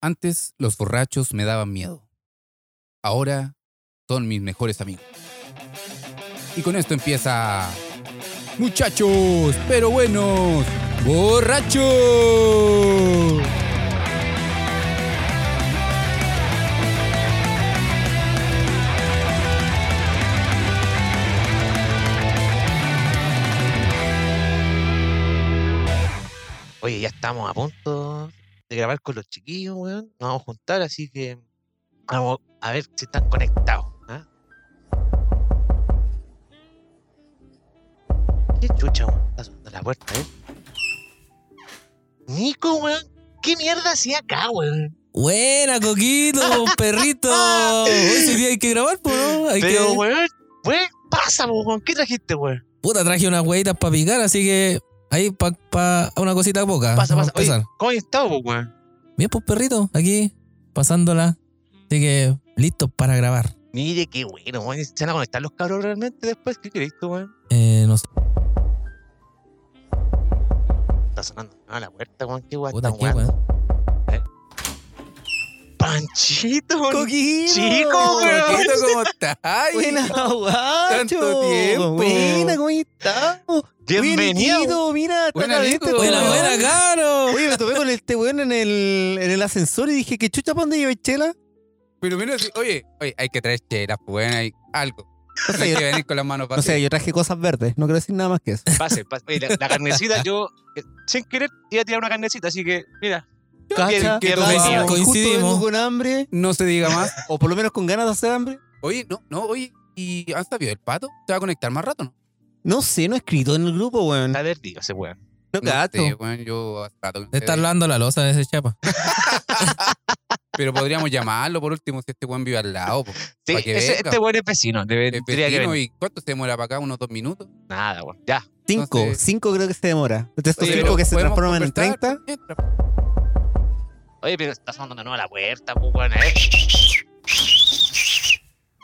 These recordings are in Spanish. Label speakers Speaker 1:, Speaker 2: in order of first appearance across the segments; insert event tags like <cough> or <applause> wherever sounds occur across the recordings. Speaker 1: Antes los borrachos me daban miedo. Ahora son mis mejores amigos. Y con esto empieza... Muchachos, pero buenos, borrachos.
Speaker 2: Oye, ya estamos a punto de grabar con los chiquillos, weón. Nos vamos a juntar, así que vamos a ver si están conectados. ¿ah? Qué chucha, weón. Está sonando la puerta, ¿eh? Nico, weón. ¿Qué mierda hacía acá, weón?
Speaker 1: <laughs>
Speaker 3: Buena, Coquito, perrito. Ese día hay que grabar, po, ¿no? Hay
Speaker 2: Pero,
Speaker 3: que...
Speaker 2: weón, weón, pasa, po, weón. ¿Qué trajiste, weón?
Speaker 3: Puta, traje unas huevitas para picar, así que ahí para una cosita poca.
Speaker 2: Pasa,
Speaker 3: Vamos
Speaker 2: pasa.
Speaker 3: a
Speaker 2: Oye,
Speaker 3: empezar.
Speaker 2: ¿cómo has estado, po, weón?
Speaker 3: Bien, pues, perrito, aquí, pasándola. Así que, listos para grabar.
Speaker 2: Mire, qué bueno, weón. ¿Se van a conectar los cabros realmente después? ¿Qué crees tú, weón?
Speaker 3: Eh, no sé,
Speaker 2: Está sonando a la puerta, weón. Qué weón.
Speaker 3: puta,
Speaker 2: tan
Speaker 3: qué,
Speaker 2: weón. Eh.
Speaker 3: weón.
Speaker 2: Panchito, weón.
Speaker 3: ¡Coquito!
Speaker 2: Chico, weón.
Speaker 1: Coquito, ¿cómo estás? Tanto tiempo.
Speaker 4: Buena, ¿cómo estás?
Speaker 2: Bienvenido.
Speaker 4: Niquito, mira, está
Speaker 1: Buena,
Speaker 4: caliente,
Speaker 1: Nico.
Speaker 4: está
Speaker 3: Buena,
Speaker 1: Weón.
Speaker 3: buena, caro.
Speaker 4: Oye, me topé con este weón en el, en el ascensor y dije, ¿qué chucha para dónde lleváis chela?
Speaker 1: Pero menos, oye, oye, hay que traer chelas, pues, bueno, hay algo.
Speaker 4: O
Speaker 1: No
Speaker 4: sea,
Speaker 1: hay
Speaker 4: yo,
Speaker 1: que venir con las manos
Speaker 4: o sea,
Speaker 1: vacías.
Speaker 4: yo traje cosas verdes, no quiero decir nada más que eso.
Speaker 2: Pase, pase. Oye, la, la carnecita, yo eh, sin querer iba a tirar una carnecita, así que mira.
Speaker 4: Cacha,
Speaker 2: bien,
Speaker 4: vamos,
Speaker 2: bienvenido.
Speaker 3: Coincidimos.
Speaker 4: Justo vengo con hambre,
Speaker 1: No se diga más. <laughs>
Speaker 4: o por lo menos con ganas de hacer hambre.
Speaker 1: Oye, no, no, oye, ¿y han sabido el pato? ¿Se va a conectar más rato, no?
Speaker 4: No sé, no he escrito en el grupo, weón.
Speaker 2: A ver, digo, ese weón.
Speaker 4: No
Speaker 1: No
Speaker 4: gato.
Speaker 1: sé, weón, yo hace rato que no
Speaker 3: Le
Speaker 1: sé
Speaker 3: está
Speaker 1: de él.
Speaker 3: hablando la losa de ese chapa.
Speaker 1: Pero podríamos llamarlo por último si este weón vive al lado. po.
Speaker 2: Sí,
Speaker 1: Pa' que
Speaker 2: ese-
Speaker 1: venga.
Speaker 2: este weón es vecino. debe-
Speaker 1: El
Speaker 2: tendría que
Speaker 1: vecino,
Speaker 2: venir.
Speaker 1: ¿Y cuánto se demora para acá? ¿Unos dos minutos?
Speaker 2: Nada, weón. Ya.
Speaker 4: cinco,
Speaker 1: no sé.
Speaker 4: cinco creo que se demora. De estos
Speaker 1: Oye,
Speaker 4: cinco
Speaker 1: pero
Speaker 4: que se
Speaker 1: podemos
Speaker 4: transforman en
Speaker 1: conversar, <laughs>
Speaker 4: 30.
Speaker 1: mientras.
Speaker 2: Oye, pero está sonando de nuevo la puerta, pues weón. ¿eh?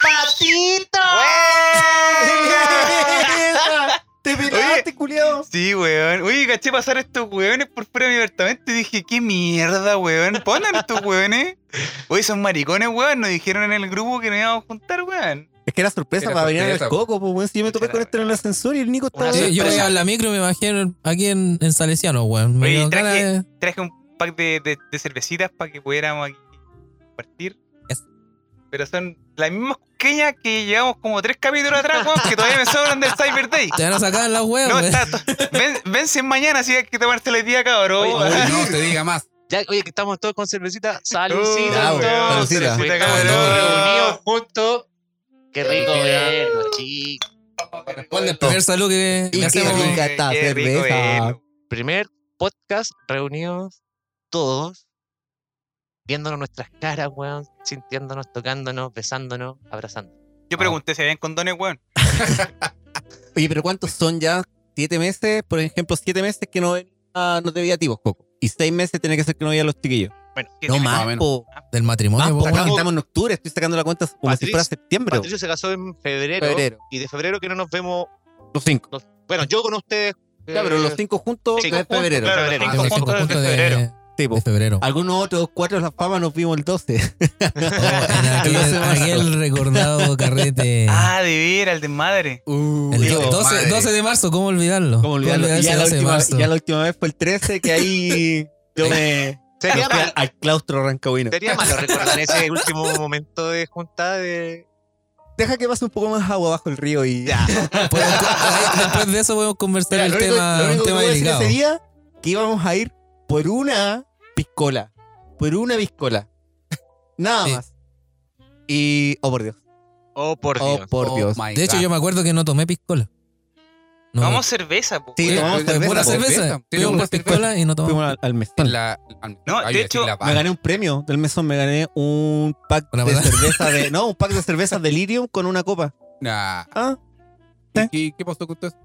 Speaker 2: ¡Patito!
Speaker 4: <laughs> ¡Te piraste, culiao!
Speaker 5: Sí, weón. Uy, caché pasar estos weones por fuera de mi apartamento y dije, qué mierda, weón. Pongan estos weones. Uy, son maricones, weón. Nos dijeron en el grupo que nos íbamos a juntar, weón.
Speaker 4: Es que era sorpresa
Speaker 1: Era
Speaker 4: para venir al
Speaker 1: sorpresa,
Speaker 4: coco, pues, weón. Si yo me topé
Speaker 5: Era,
Speaker 4: con este en el ascensor y el Nico estaba.
Speaker 2: Una
Speaker 3: Sí, yo voy
Speaker 2: sorpresa.
Speaker 3: a la micro y me bajé aquí en, en Salesiano, weón. Me
Speaker 5: Oye,
Speaker 3: dio
Speaker 5: traje-
Speaker 3: ganas de-
Speaker 5: Traje un pack de, de- de cervecitas para que pudiéramos aquí compartir.
Speaker 3: Yes.
Speaker 5: Pero son las mismas pequeñas que llevamos como tres capítulos atrás, weón, que todavía me sobran del Cyber Day.
Speaker 3: Te van a sacar las weas,
Speaker 5: No,
Speaker 3: weón.
Speaker 5: está. Ven, vencen mañana, si hay que tomarse el día, cabrón.
Speaker 2: Oye,
Speaker 1: Oye, no se diga más.
Speaker 2: Ya, oye, que estamos todos con cervecita.
Speaker 5: Ya,
Speaker 2: Saludcita,
Speaker 5: weón.
Speaker 2: todos.
Speaker 4: Saludcita.
Speaker 2: Pues, estamos
Speaker 3: Cabrón.
Speaker 2: todos reunidos juntos. Qué rico verlo, chicos.
Speaker 3: El primer saludo que, que
Speaker 4: Y qué
Speaker 3: hacemos.
Speaker 4: rica esta
Speaker 5: Qué rico
Speaker 4: cerveza.
Speaker 5: verlo.
Speaker 2: Primer podcast reunidos todos, viéndonos nuestras caras, weón, sintiéndonos, tocándonos, besándonos, abrazándonos.
Speaker 5: Yo pregunté si habían condones, weón.
Speaker 4: Oye, pero ¿cuántos son ya? Siete meses, por ejemplo, siete meses que no, venía- no te veía a ti, vos, coco. Y seis meses tiene que ser que no veía a los chiquillos.
Speaker 5: Bueno, ¿qué
Speaker 4: No
Speaker 5: tiene?
Speaker 1: más o
Speaker 4: más,
Speaker 1: menos.
Speaker 4: po.
Speaker 3: Del
Speaker 4: Más,
Speaker 3: matrimonio,
Speaker 4: po,
Speaker 3: po,
Speaker 4: acá
Speaker 3: weón.
Speaker 4: estamos en octubre, estoy sacando la cuenta como si
Speaker 2: Patricio-
Speaker 4: fuera septiembre.
Speaker 2: Patricio se casó en febrero,
Speaker 4: Febrero.
Speaker 2: y de febrero que no nos vemos.
Speaker 4: Los cinco.
Speaker 2: los- bueno, yo con ustedes. eh,
Speaker 4: Ya, pero los cinco juntos
Speaker 2: cinco
Speaker 4: es febrero.
Speaker 5: juntos, claro.
Speaker 2: febrero.
Speaker 3: Tengo
Speaker 5: Cinco
Speaker 3: cinco
Speaker 5: puntos
Speaker 3: puntos de,
Speaker 5: de febrero.
Speaker 4: Sí, po.
Speaker 3: de febrero.
Speaker 4: Algunos otros cuatro de la fama nos vimos el 12.
Speaker 3: Oh, en aquel,
Speaker 4: No se pasa.
Speaker 3: aquel
Speaker 4: <laughs>
Speaker 3: recordado carrete.
Speaker 5: Ah, de veras, el desmadre.
Speaker 3: El
Speaker 1: Dios,
Speaker 3: 12,
Speaker 1: madre.
Speaker 3: de marzo, ¿cómo olvidarlo?
Speaker 4: ¿Cómo olvidarlo? Y
Speaker 3: ese
Speaker 4: ya, la
Speaker 3: 12 de
Speaker 4: última,
Speaker 3: marzo?
Speaker 4: ya la última vez fue el 13, que <laughs> ahí yo me.
Speaker 2: Sería,
Speaker 4: me fui
Speaker 2: mal-
Speaker 4: al claustro rancagüino. <laughs>
Speaker 2: sería malo recordar ese último momento de juntada de.
Speaker 4: Deja que pase un poco más agua bajo el río y.
Speaker 2: Ya.
Speaker 3: Podemos- ahí, después de eso podemos conversar
Speaker 4: Mira,
Speaker 3: el
Speaker 4: lo único-
Speaker 3: tema,
Speaker 4: lo único
Speaker 3: un
Speaker 4: que
Speaker 3: tema
Speaker 4: puedo decir
Speaker 3: delicado.
Speaker 4: ese día que íbamos a ir por una piscola. Por una piscola. Nada
Speaker 3: Sí.
Speaker 4: más. Y. Oh, por Dios.
Speaker 2: Oh, por
Speaker 4: Oh,
Speaker 2: Dios.
Speaker 4: por
Speaker 1: Oh
Speaker 4: Dios.
Speaker 1: my
Speaker 3: De hecho,
Speaker 1: God.
Speaker 3: yo me acuerdo que no tomé piscola. No,
Speaker 5: Vamos cerveza, po.
Speaker 4: Sí,
Speaker 3: eh,
Speaker 4: tomamos
Speaker 1: eh,
Speaker 3: fue
Speaker 4: cerveza,
Speaker 3: pura
Speaker 4: po.
Speaker 3: cerveza.
Speaker 1: cerveza. Sí,
Speaker 3: Fuimos
Speaker 1: pura
Speaker 3: por piscola y no
Speaker 4: Fuimos
Speaker 3: tomamos.
Speaker 4: al, al mesón.
Speaker 1: En la- al-
Speaker 5: No,
Speaker 1: ay, iba
Speaker 5: de
Speaker 1: a decir
Speaker 5: hecho,
Speaker 1: la
Speaker 4: Me gané un premio del mesón. Me gané un pack
Speaker 3: Una
Speaker 4: de
Speaker 3: banana.
Speaker 4: cerveza
Speaker 3: <laughs>
Speaker 4: de. No, un pack de cerveza de Lirium con una copa.
Speaker 1: Nah.
Speaker 4: Ah,
Speaker 1: ¿Y qué pasó con todo eso?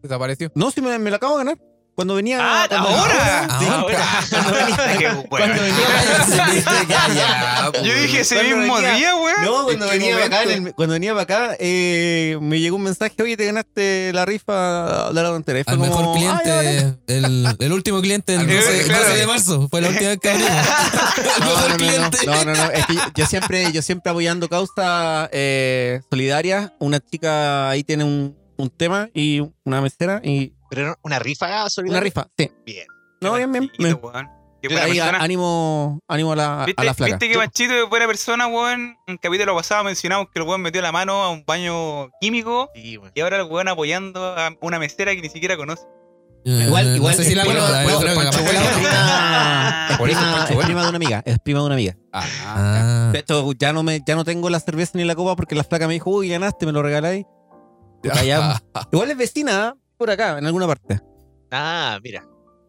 Speaker 1: ¿Desapareció?
Speaker 4: <laughs> no, si me, me la acabo de ganar. Cuando venía.
Speaker 5: Ah,
Speaker 4: cuando-
Speaker 5: ahora.
Speaker 4: Sí, <laughs>
Speaker 5: Ahora. Ah, <laughs> Qué bueno.
Speaker 4: Cuando
Speaker 5: <laughs>
Speaker 4: venía.
Speaker 1: Ah,
Speaker 5: Yo
Speaker 1: pues.
Speaker 5: dije ese
Speaker 4: Cuando
Speaker 5: mismo
Speaker 4: venía-
Speaker 5: día, weón.
Speaker 4: No,
Speaker 1: ¿En
Speaker 4: cuando
Speaker 1: qué
Speaker 4: venía, para acá,
Speaker 1: momento?
Speaker 4: en el- cuando venía para acá, eh, me llegó un mensaje, oye, te ganaste la rifa de la tontera. Y fue
Speaker 3: Al
Speaker 4: como,
Speaker 3: mejor
Speaker 4: "Ay, vale".
Speaker 3: cliente, el, el último cliente del
Speaker 1: Al
Speaker 3: 12,
Speaker 5: mejor, claro. <laughs>
Speaker 3: 12 de marzo. Fue la última vez que abrimos. El mejor cliente.
Speaker 4: No, no, no. Es que yo, yo siempre, yo siempre apoyando causas eh, solidarias. Una chica ahí tiene un, un tema y una mesera y
Speaker 2: Pero era una rifa
Speaker 4: una
Speaker 2: solidaria.
Speaker 4: rifa. Sí.
Speaker 2: Bien.
Speaker 4: No, bien, bien. bien.
Speaker 5: Qué buena
Speaker 4: Ahí,
Speaker 5: persona.
Speaker 4: ánimo, ánimo a la, a
Speaker 5: ¿Viste,
Speaker 4: la flaca.
Speaker 5: viste que Machito es buena persona, weón? En el capítulo pasado mencionamos que el weón metió la mano a un baño químico
Speaker 2: Sí, weón.
Speaker 5: y ahora el weón apoyando a una mesera que ni siquiera conoce.
Speaker 3: Eh, No sé si la
Speaker 4: bueno,
Speaker 3: conozco,
Speaker 4: bueno,
Speaker 3: creo que
Speaker 4: Pancho
Speaker 3: capaz
Speaker 4: <laughs>
Speaker 3: que
Speaker 4: Bueno
Speaker 3: la
Speaker 4: es prima-
Speaker 3: conozco.
Speaker 4: es
Speaker 1: Por eso
Speaker 4: prima-
Speaker 1: Pancho
Speaker 4: es
Speaker 1: Bueno.
Speaker 4: prima de una amiga. Es prima de una amiga.
Speaker 1: Ah, ah,
Speaker 3: Ah,
Speaker 4: De hecho, ya no, me, ya no tengo la cerveza ni la copa porque la flaca me dijo, uy, ganaste, me lo regaláis.
Speaker 1: ya.
Speaker 4: Callamos.
Speaker 1: <laughs>
Speaker 4: Igual es vecina ¿eh? por acá, en alguna parte.
Speaker 2: Ah, mira.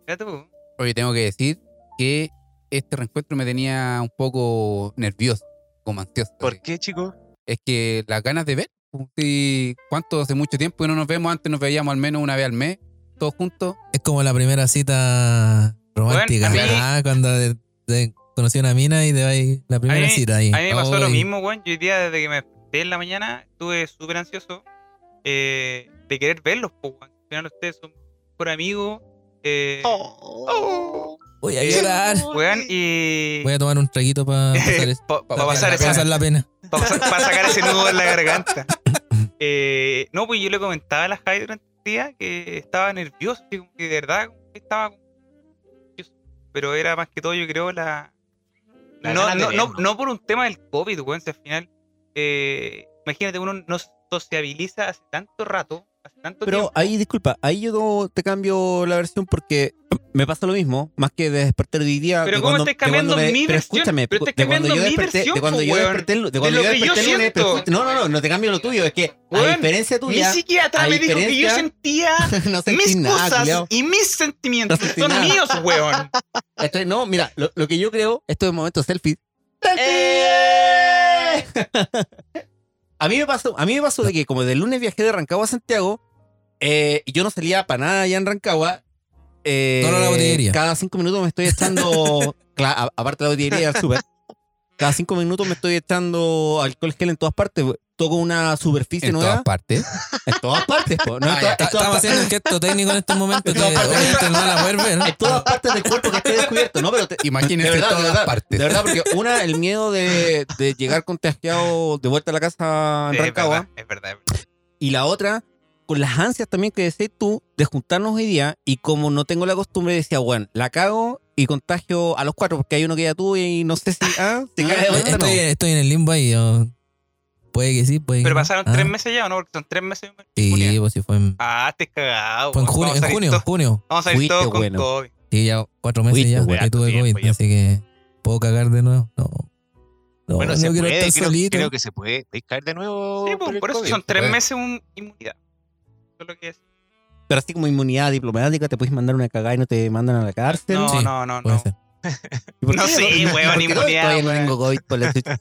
Speaker 5: Mira tú.
Speaker 1: Oye, tengo que decir que este reencuentro me tenía un poco nervioso, como ansioso.
Speaker 2: ¿Por qué, chico?
Speaker 1: Es que las ganas de ver, pues, sí, cuánto hace mucho tiempo que no nos vemos, antes nos veíamos al menos una vez al mes, todos juntos.
Speaker 3: es como la primera cita romántica,
Speaker 5: Bueno, a mí-
Speaker 3: ¿verdad? Cuando te, te conocí una mina y te vais la primera
Speaker 5: A mí-
Speaker 3: cita ahí.
Speaker 5: A mí me pasó lo
Speaker 3: Ay,
Speaker 5: mismo, weón. Yo hoy día, desde que me desperté en la mañana, estuve súper ansioso eh, de querer verlos, po, weón. Al final ustedes son por amigos. Eh,
Speaker 2: Oh.
Speaker 3: Voy a llorar.
Speaker 5: <laughs> Weón, y.
Speaker 3: Voy a tomar un traguito
Speaker 5: <laughs>
Speaker 3: para pasar, es-
Speaker 5: Para
Speaker 1: pa-
Speaker 5: pasar
Speaker 1: pa-
Speaker 5: esa-
Speaker 3: pasar la pena.
Speaker 5: para sacar ese nudo en la garganta. Eh, no, pues yo le comentaba a la Jai durante el día que estaba nervioso, que como que de verdad como que estaba como nervioso. Pero era más que todo, yo creo, la.
Speaker 2: La
Speaker 5: no,
Speaker 2: ganas de
Speaker 5: no, no,
Speaker 2: vernos.
Speaker 5: no por un tema del COVID, weón, si al final. eh, imagínate, uno no sociabiliza hace tanto rato, hace tanto
Speaker 4: Pero
Speaker 5: tiempo.
Speaker 4: ahí, disculpa, ahí yo te cambio la versión porque me pasa lo mismo, más que de despertar de hoy día.
Speaker 5: Pero
Speaker 4: de
Speaker 5: ¿cómo
Speaker 4: cuando-
Speaker 5: estás
Speaker 4: de cuando
Speaker 5: cambiando mi
Speaker 4: pero
Speaker 5: versión?
Speaker 4: escúchame,
Speaker 5: Pero estás
Speaker 4: de cuando
Speaker 5: cambiando
Speaker 4: yo
Speaker 5: mi
Speaker 4: desperté,
Speaker 5: versión,
Speaker 4: de cuando
Speaker 5: po,
Speaker 4: yo
Speaker 5: weón.
Speaker 4: desperté, el- de cuando
Speaker 5: lo
Speaker 4: yo
Speaker 5: que yo
Speaker 4: desperté el lunes, pero
Speaker 5: siento.
Speaker 4: escucha- no, no, no, no te cambio lo tuyo, es que a
Speaker 5: Weón,
Speaker 4: diferencia
Speaker 5: Mi
Speaker 4: tuya,
Speaker 5: psiquiatra
Speaker 4: a
Speaker 5: me dijo que yo
Speaker 4: diferencia-
Speaker 5: sentía
Speaker 4: <laughs> no sentí
Speaker 5: mis
Speaker 4: nada,
Speaker 5: cosas
Speaker 4: culiao.
Speaker 5: y mis sentimientos.
Speaker 4: No sentí
Speaker 5: Son
Speaker 4: nada.
Speaker 5: míos, weón.
Speaker 4: Estoy- no, mira, lo, lo que yo creo, esto es momento selfie. ¡Selfie!
Speaker 3: ¡Eh!
Speaker 4: <laughs> a mí me pasó, a mí me pasó de que como del lunes viajé de Rancagua a Santiago, eh, y yo no salía para nada allá en Rancagua. eh,
Speaker 3: Solo la botillería.
Speaker 4: Cada cinco minutos me estoy
Speaker 3: <laughs>
Speaker 4: echando, cla- a- aparte de la botillería del súper, cada cinco minutos me estoy echando alcohol gel en todas partes. Toco una superficie
Speaker 1: en
Speaker 4: nueva.
Speaker 1: todas partes.
Speaker 4: en todas partes, po, no, en,
Speaker 3: Ah,
Speaker 4: todas-
Speaker 3: está-
Speaker 4: en todas
Speaker 3: Estamos
Speaker 4: partes.
Speaker 3: haciendo un gesto técnico en este momento que obviamente no van a poder ver.
Speaker 4: En todas partes del cuerpo que esté descubierto, ¿no? Pero te,
Speaker 1: Imagínense
Speaker 4: De verdad,
Speaker 1: todas
Speaker 4: de verdad,
Speaker 1: las partes.
Speaker 4: De verdad, porque una, el miedo de, de llegar contagiado de vuelta a la casa en
Speaker 5: Sí, es,
Speaker 4: Rancagua.
Speaker 5: verdad, es verdad, es verdad.
Speaker 4: Y la otra, con las ansias también que decís tú de juntarnos hoy día. Y como no tengo la costumbre, decía, bueno, la cago y contagio a los cuatro, porque hay uno que ya tuvo y no sé si ah, se cae de vuelta o no.
Speaker 3: Estoy, estoy en el limbo ahí. yo- Puede que sí, puede que
Speaker 5: Pero
Speaker 3: no.
Speaker 5: pasaron
Speaker 3: Ah,
Speaker 5: tres meses ya, ¿o ¿no? Porque son tres meses. en junio.
Speaker 3: Sí, pues sí, fue en,
Speaker 5: Ah, te cagado.
Speaker 3: fue en
Speaker 5: weón.
Speaker 3: junio.
Speaker 5: Vamos a
Speaker 3: En
Speaker 5: salir
Speaker 3: junio,
Speaker 5: todos-
Speaker 3: junio.
Speaker 5: Vamos a salir
Speaker 4: Fuiste
Speaker 5: todos con
Speaker 4: bueno.
Speaker 5: COVID.
Speaker 3: Sí, ya cuatro meses
Speaker 4: Fuiste,
Speaker 3: ya
Speaker 4: weón,
Speaker 3: que tuve
Speaker 2: tiempo
Speaker 3: COVID,
Speaker 2: ya.
Speaker 3: así que puedo cagar de nuevo. No, no,
Speaker 2: Bueno,
Speaker 3: no
Speaker 2: se
Speaker 3: quiero
Speaker 2: puede.
Speaker 3: estar
Speaker 2: creo,
Speaker 3: solito.
Speaker 2: creo que se puede. ¿Podéis caer de nuevo?
Speaker 5: Sí, pues,
Speaker 2: el
Speaker 5: por eso
Speaker 2: COVID?
Speaker 5: son tres
Speaker 1: pues.
Speaker 5: meses un inmunidad. Eso es lo que es.
Speaker 4: Pero así como inmunidad diplomática, te puedes mandar una cagada y no te mandan a la cárcel.
Speaker 5: No,
Speaker 3: Sí,
Speaker 5: no, no,
Speaker 3: Puede
Speaker 5: no.
Speaker 3: ser.
Speaker 4: ¿Y por
Speaker 5: no,
Speaker 4: qué?
Speaker 5: sí,
Speaker 4: ¿Por
Speaker 5: weón,
Speaker 4: qué <laughs> no?
Speaker 5: inmunidad,
Speaker 4: Todavía
Speaker 5: weón.
Speaker 4: no tengo COVID por la
Speaker 5: <laughs>
Speaker 4: chucha,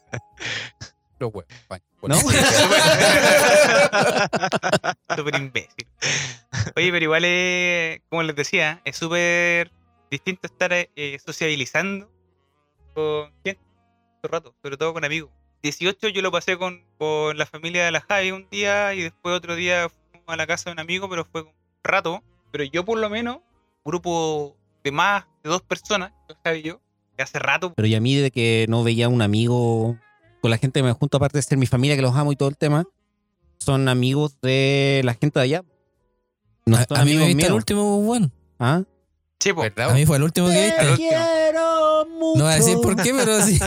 Speaker 1: Pero bueno, bueno,
Speaker 4: ¿no?
Speaker 1: bueno.
Speaker 5: <laughs> Súper imbécil. Oye, pero igual, eh, como les decía, es súper distinto estar eh, sociabilizando con gente todo el rato, sobre todo con amigos. 18 yo lo pasé con, con la familia de la Javi un día y después otro día fuimos a la casa de un amigo, pero fue un rato. Pero yo por lo menos, grupo de más de dos personas, la Javi y yo, que hace rato
Speaker 4: Pero y a mí de que no veía un amigo con la gente que me junto, aparte de ser mi familia que los amo y todo el tema, son amigos de la gente de allá. No
Speaker 3: A,
Speaker 4: son
Speaker 3: a mí me
Speaker 4: amigos
Speaker 3: viste el
Speaker 4: míos.
Speaker 3: último, weón.
Speaker 4: ¿Ah?
Speaker 5: Sí, po.
Speaker 1: ¿Verdad?
Speaker 3: A mí fue el último que viste.
Speaker 5: último.
Speaker 4: quiero mucho.
Speaker 3: No voy a decir por qué, pero
Speaker 2: <laughs>
Speaker 3: sí.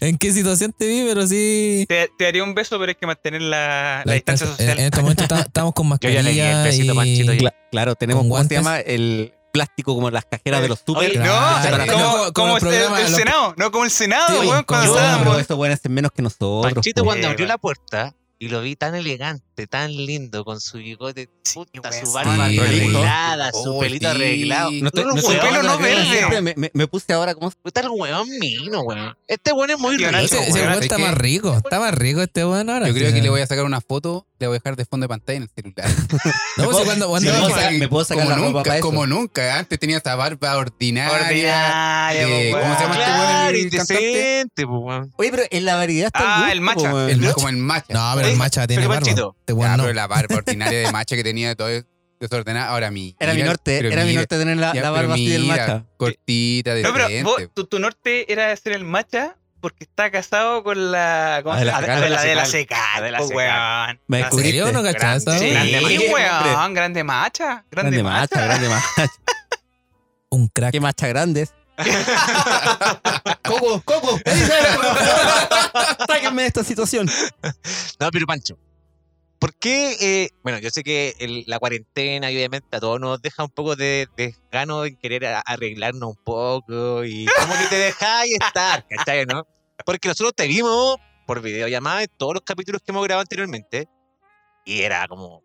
Speaker 3: ¿En qué situación te vi? Pero sí.
Speaker 5: Te, te daría un beso, pero es que mantener la, la
Speaker 3: La
Speaker 5: distancia
Speaker 3: distancia-
Speaker 5: social.
Speaker 3: En, en este momento está- estamos con
Speaker 2: Yo ya
Speaker 3: mascarilla.
Speaker 2: le di el besito,
Speaker 3: y-
Speaker 2: Panchito, ya.
Speaker 4: Cla- claro, tenemos,
Speaker 3: Con
Speaker 4: ¿cómo se
Speaker 3: guantes.
Speaker 4: llama? El plástico como las cajeras de los super.
Speaker 5: Oye,
Speaker 3: Claro,
Speaker 5: no,
Speaker 4: claro.
Speaker 5: como,
Speaker 3: No, como
Speaker 5: como
Speaker 3: los
Speaker 5: el,
Speaker 3: programas,
Speaker 5: el
Speaker 3: los-
Speaker 5: Senado, no como el Senado,
Speaker 3: Sí,
Speaker 5: weón,
Speaker 3: como
Speaker 5: cuando
Speaker 3: los-
Speaker 5: estábamos.
Speaker 4: pero estos buenos hacen menos que nosotros. pues.
Speaker 2: Panchito
Speaker 4: po.
Speaker 2: cuando
Speaker 5: Sí,
Speaker 2: abrió
Speaker 5: weón.
Speaker 2: la puerta y lo vi tan elegante, tan lindo, con su bigote, puta,
Speaker 5: weón,
Speaker 2: su
Speaker 5: sí,
Speaker 2: barba
Speaker 3: weón.
Speaker 2: bien arreglada,
Speaker 1: Oh,
Speaker 2: su pelito
Speaker 1: sí.
Speaker 2: arreglado.
Speaker 1: No
Speaker 4: No estoy-
Speaker 2: Tú
Speaker 4: no
Speaker 2: eres
Speaker 4: estoy
Speaker 2: un
Speaker 5: Su pelo
Speaker 4: hablando
Speaker 2: weón
Speaker 5: no
Speaker 4: de la cara,
Speaker 5: verde.
Speaker 4: siempre Me, me- me puse ahora como...
Speaker 2: Puta, el weón mino, weón. Este weón es muy rico,
Speaker 5: Nacional,
Speaker 3: Ese, ese
Speaker 2: weón.
Speaker 3: weón
Speaker 1: ¿sabes
Speaker 3: está
Speaker 1: qué?
Speaker 3: más rico. Está más rico este weón ahora.
Speaker 1: Yo creo que le voy a sacar una foto, le voy a dejar de fondo de pantalla en el celular.
Speaker 3: No, pues, cuando,
Speaker 4: Sí,
Speaker 3: cuando
Speaker 4: me puedo
Speaker 1: o sea,
Speaker 4: sacar- me puedo sacar
Speaker 1: como
Speaker 4: la ropa para
Speaker 1: nunca,
Speaker 4: eso.
Speaker 1: como nunca. Antes tenía esa barba ordinaria.
Speaker 5: Ordinaria,
Speaker 2: pues,
Speaker 1: eh,
Speaker 5: po,
Speaker 1: ¿cómo se llama este
Speaker 5: weón?
Speaker 1: weón?
Speaker 2: Claro,
Speaker 1: el cantante?
Speaker 2: indecente, po, weón.
Speaker 4: Oye, pero en la variedad está
Speaker 5: Ah,
Speaker 4: gusto,
Speaker 5: el
Speaker 4: po,
Speaker 5: macha.
Speaker 4: weón.
Speaker 1: El- como el macha.
Speaker 3: No, pero el
Speaker 5: Ey,
Speaker 3: macha tiene
Speaker 2: pero
Speaker 3: barba.
Speaker 2: Panchito,
Speaker 3: Este
Speaker 1: Ya,
Speaker 3: weón no.
Speaker 1: pero la barba ordinaria de macha que tenía de todo. desordenada. Ahora mi.
Speaker 4: Era mi
Speaker 1: mira,
Speaker 4: norte,
Speaker 1: pero
Speaker 4: era mi
Speaker 1: mira,
Speaker 4: norte tener la,
Speaker 1: ya,
Speaker 4: la barba
Speaker 1: pero
Speaker 4: así del
Speaker 1: mira,
Speaker 4: macha.
Speaker 1: Cortita, de
Speaker 5: No, pero vos, tu, tu norte era ser el macha porque está casado con la. ¿cómo se
Speaker 1: Adela
Speaker 5: llama?
Speaker 1: Secal.
Speaker 5: Adela- Adela
Speaker 2: Secal.
Speaker 5: Secal,
Speaker 2: Adela
Speaker 5: po,
Speaker 2: Secal.
Speaker 5: weón.
Speaker 4: Me
Speaker 5: Ah,
Speaker 4: descubrí.
Speaker 3: ¿Serio? ¿No cachaste?
Speaker 5: Sí,
Speaker 4: Grande macha.
Speaker 5: weón, grande macha. Grande,
Speaker 4: Grande
Speaker 5: macha.
Speaker 4: macha, grande macha.
Speaker 3: Un crack.
Speaker 4: Qué macha grandes. Coco, Coco, sáquenme de esta situación.
Speaker 2: No, pero Pancho, ¿por qué? eh, bueno, yo sé que el- la cuarentena y obviamente a todos nos deja un poco de desgano en querer a- arreglarnos un poco y como que te dejáis estar, ¿cachai? ¿No? Porque nosotros te vimos por videollamada en todos los capítulos que hemos grabado anteriormente y era como,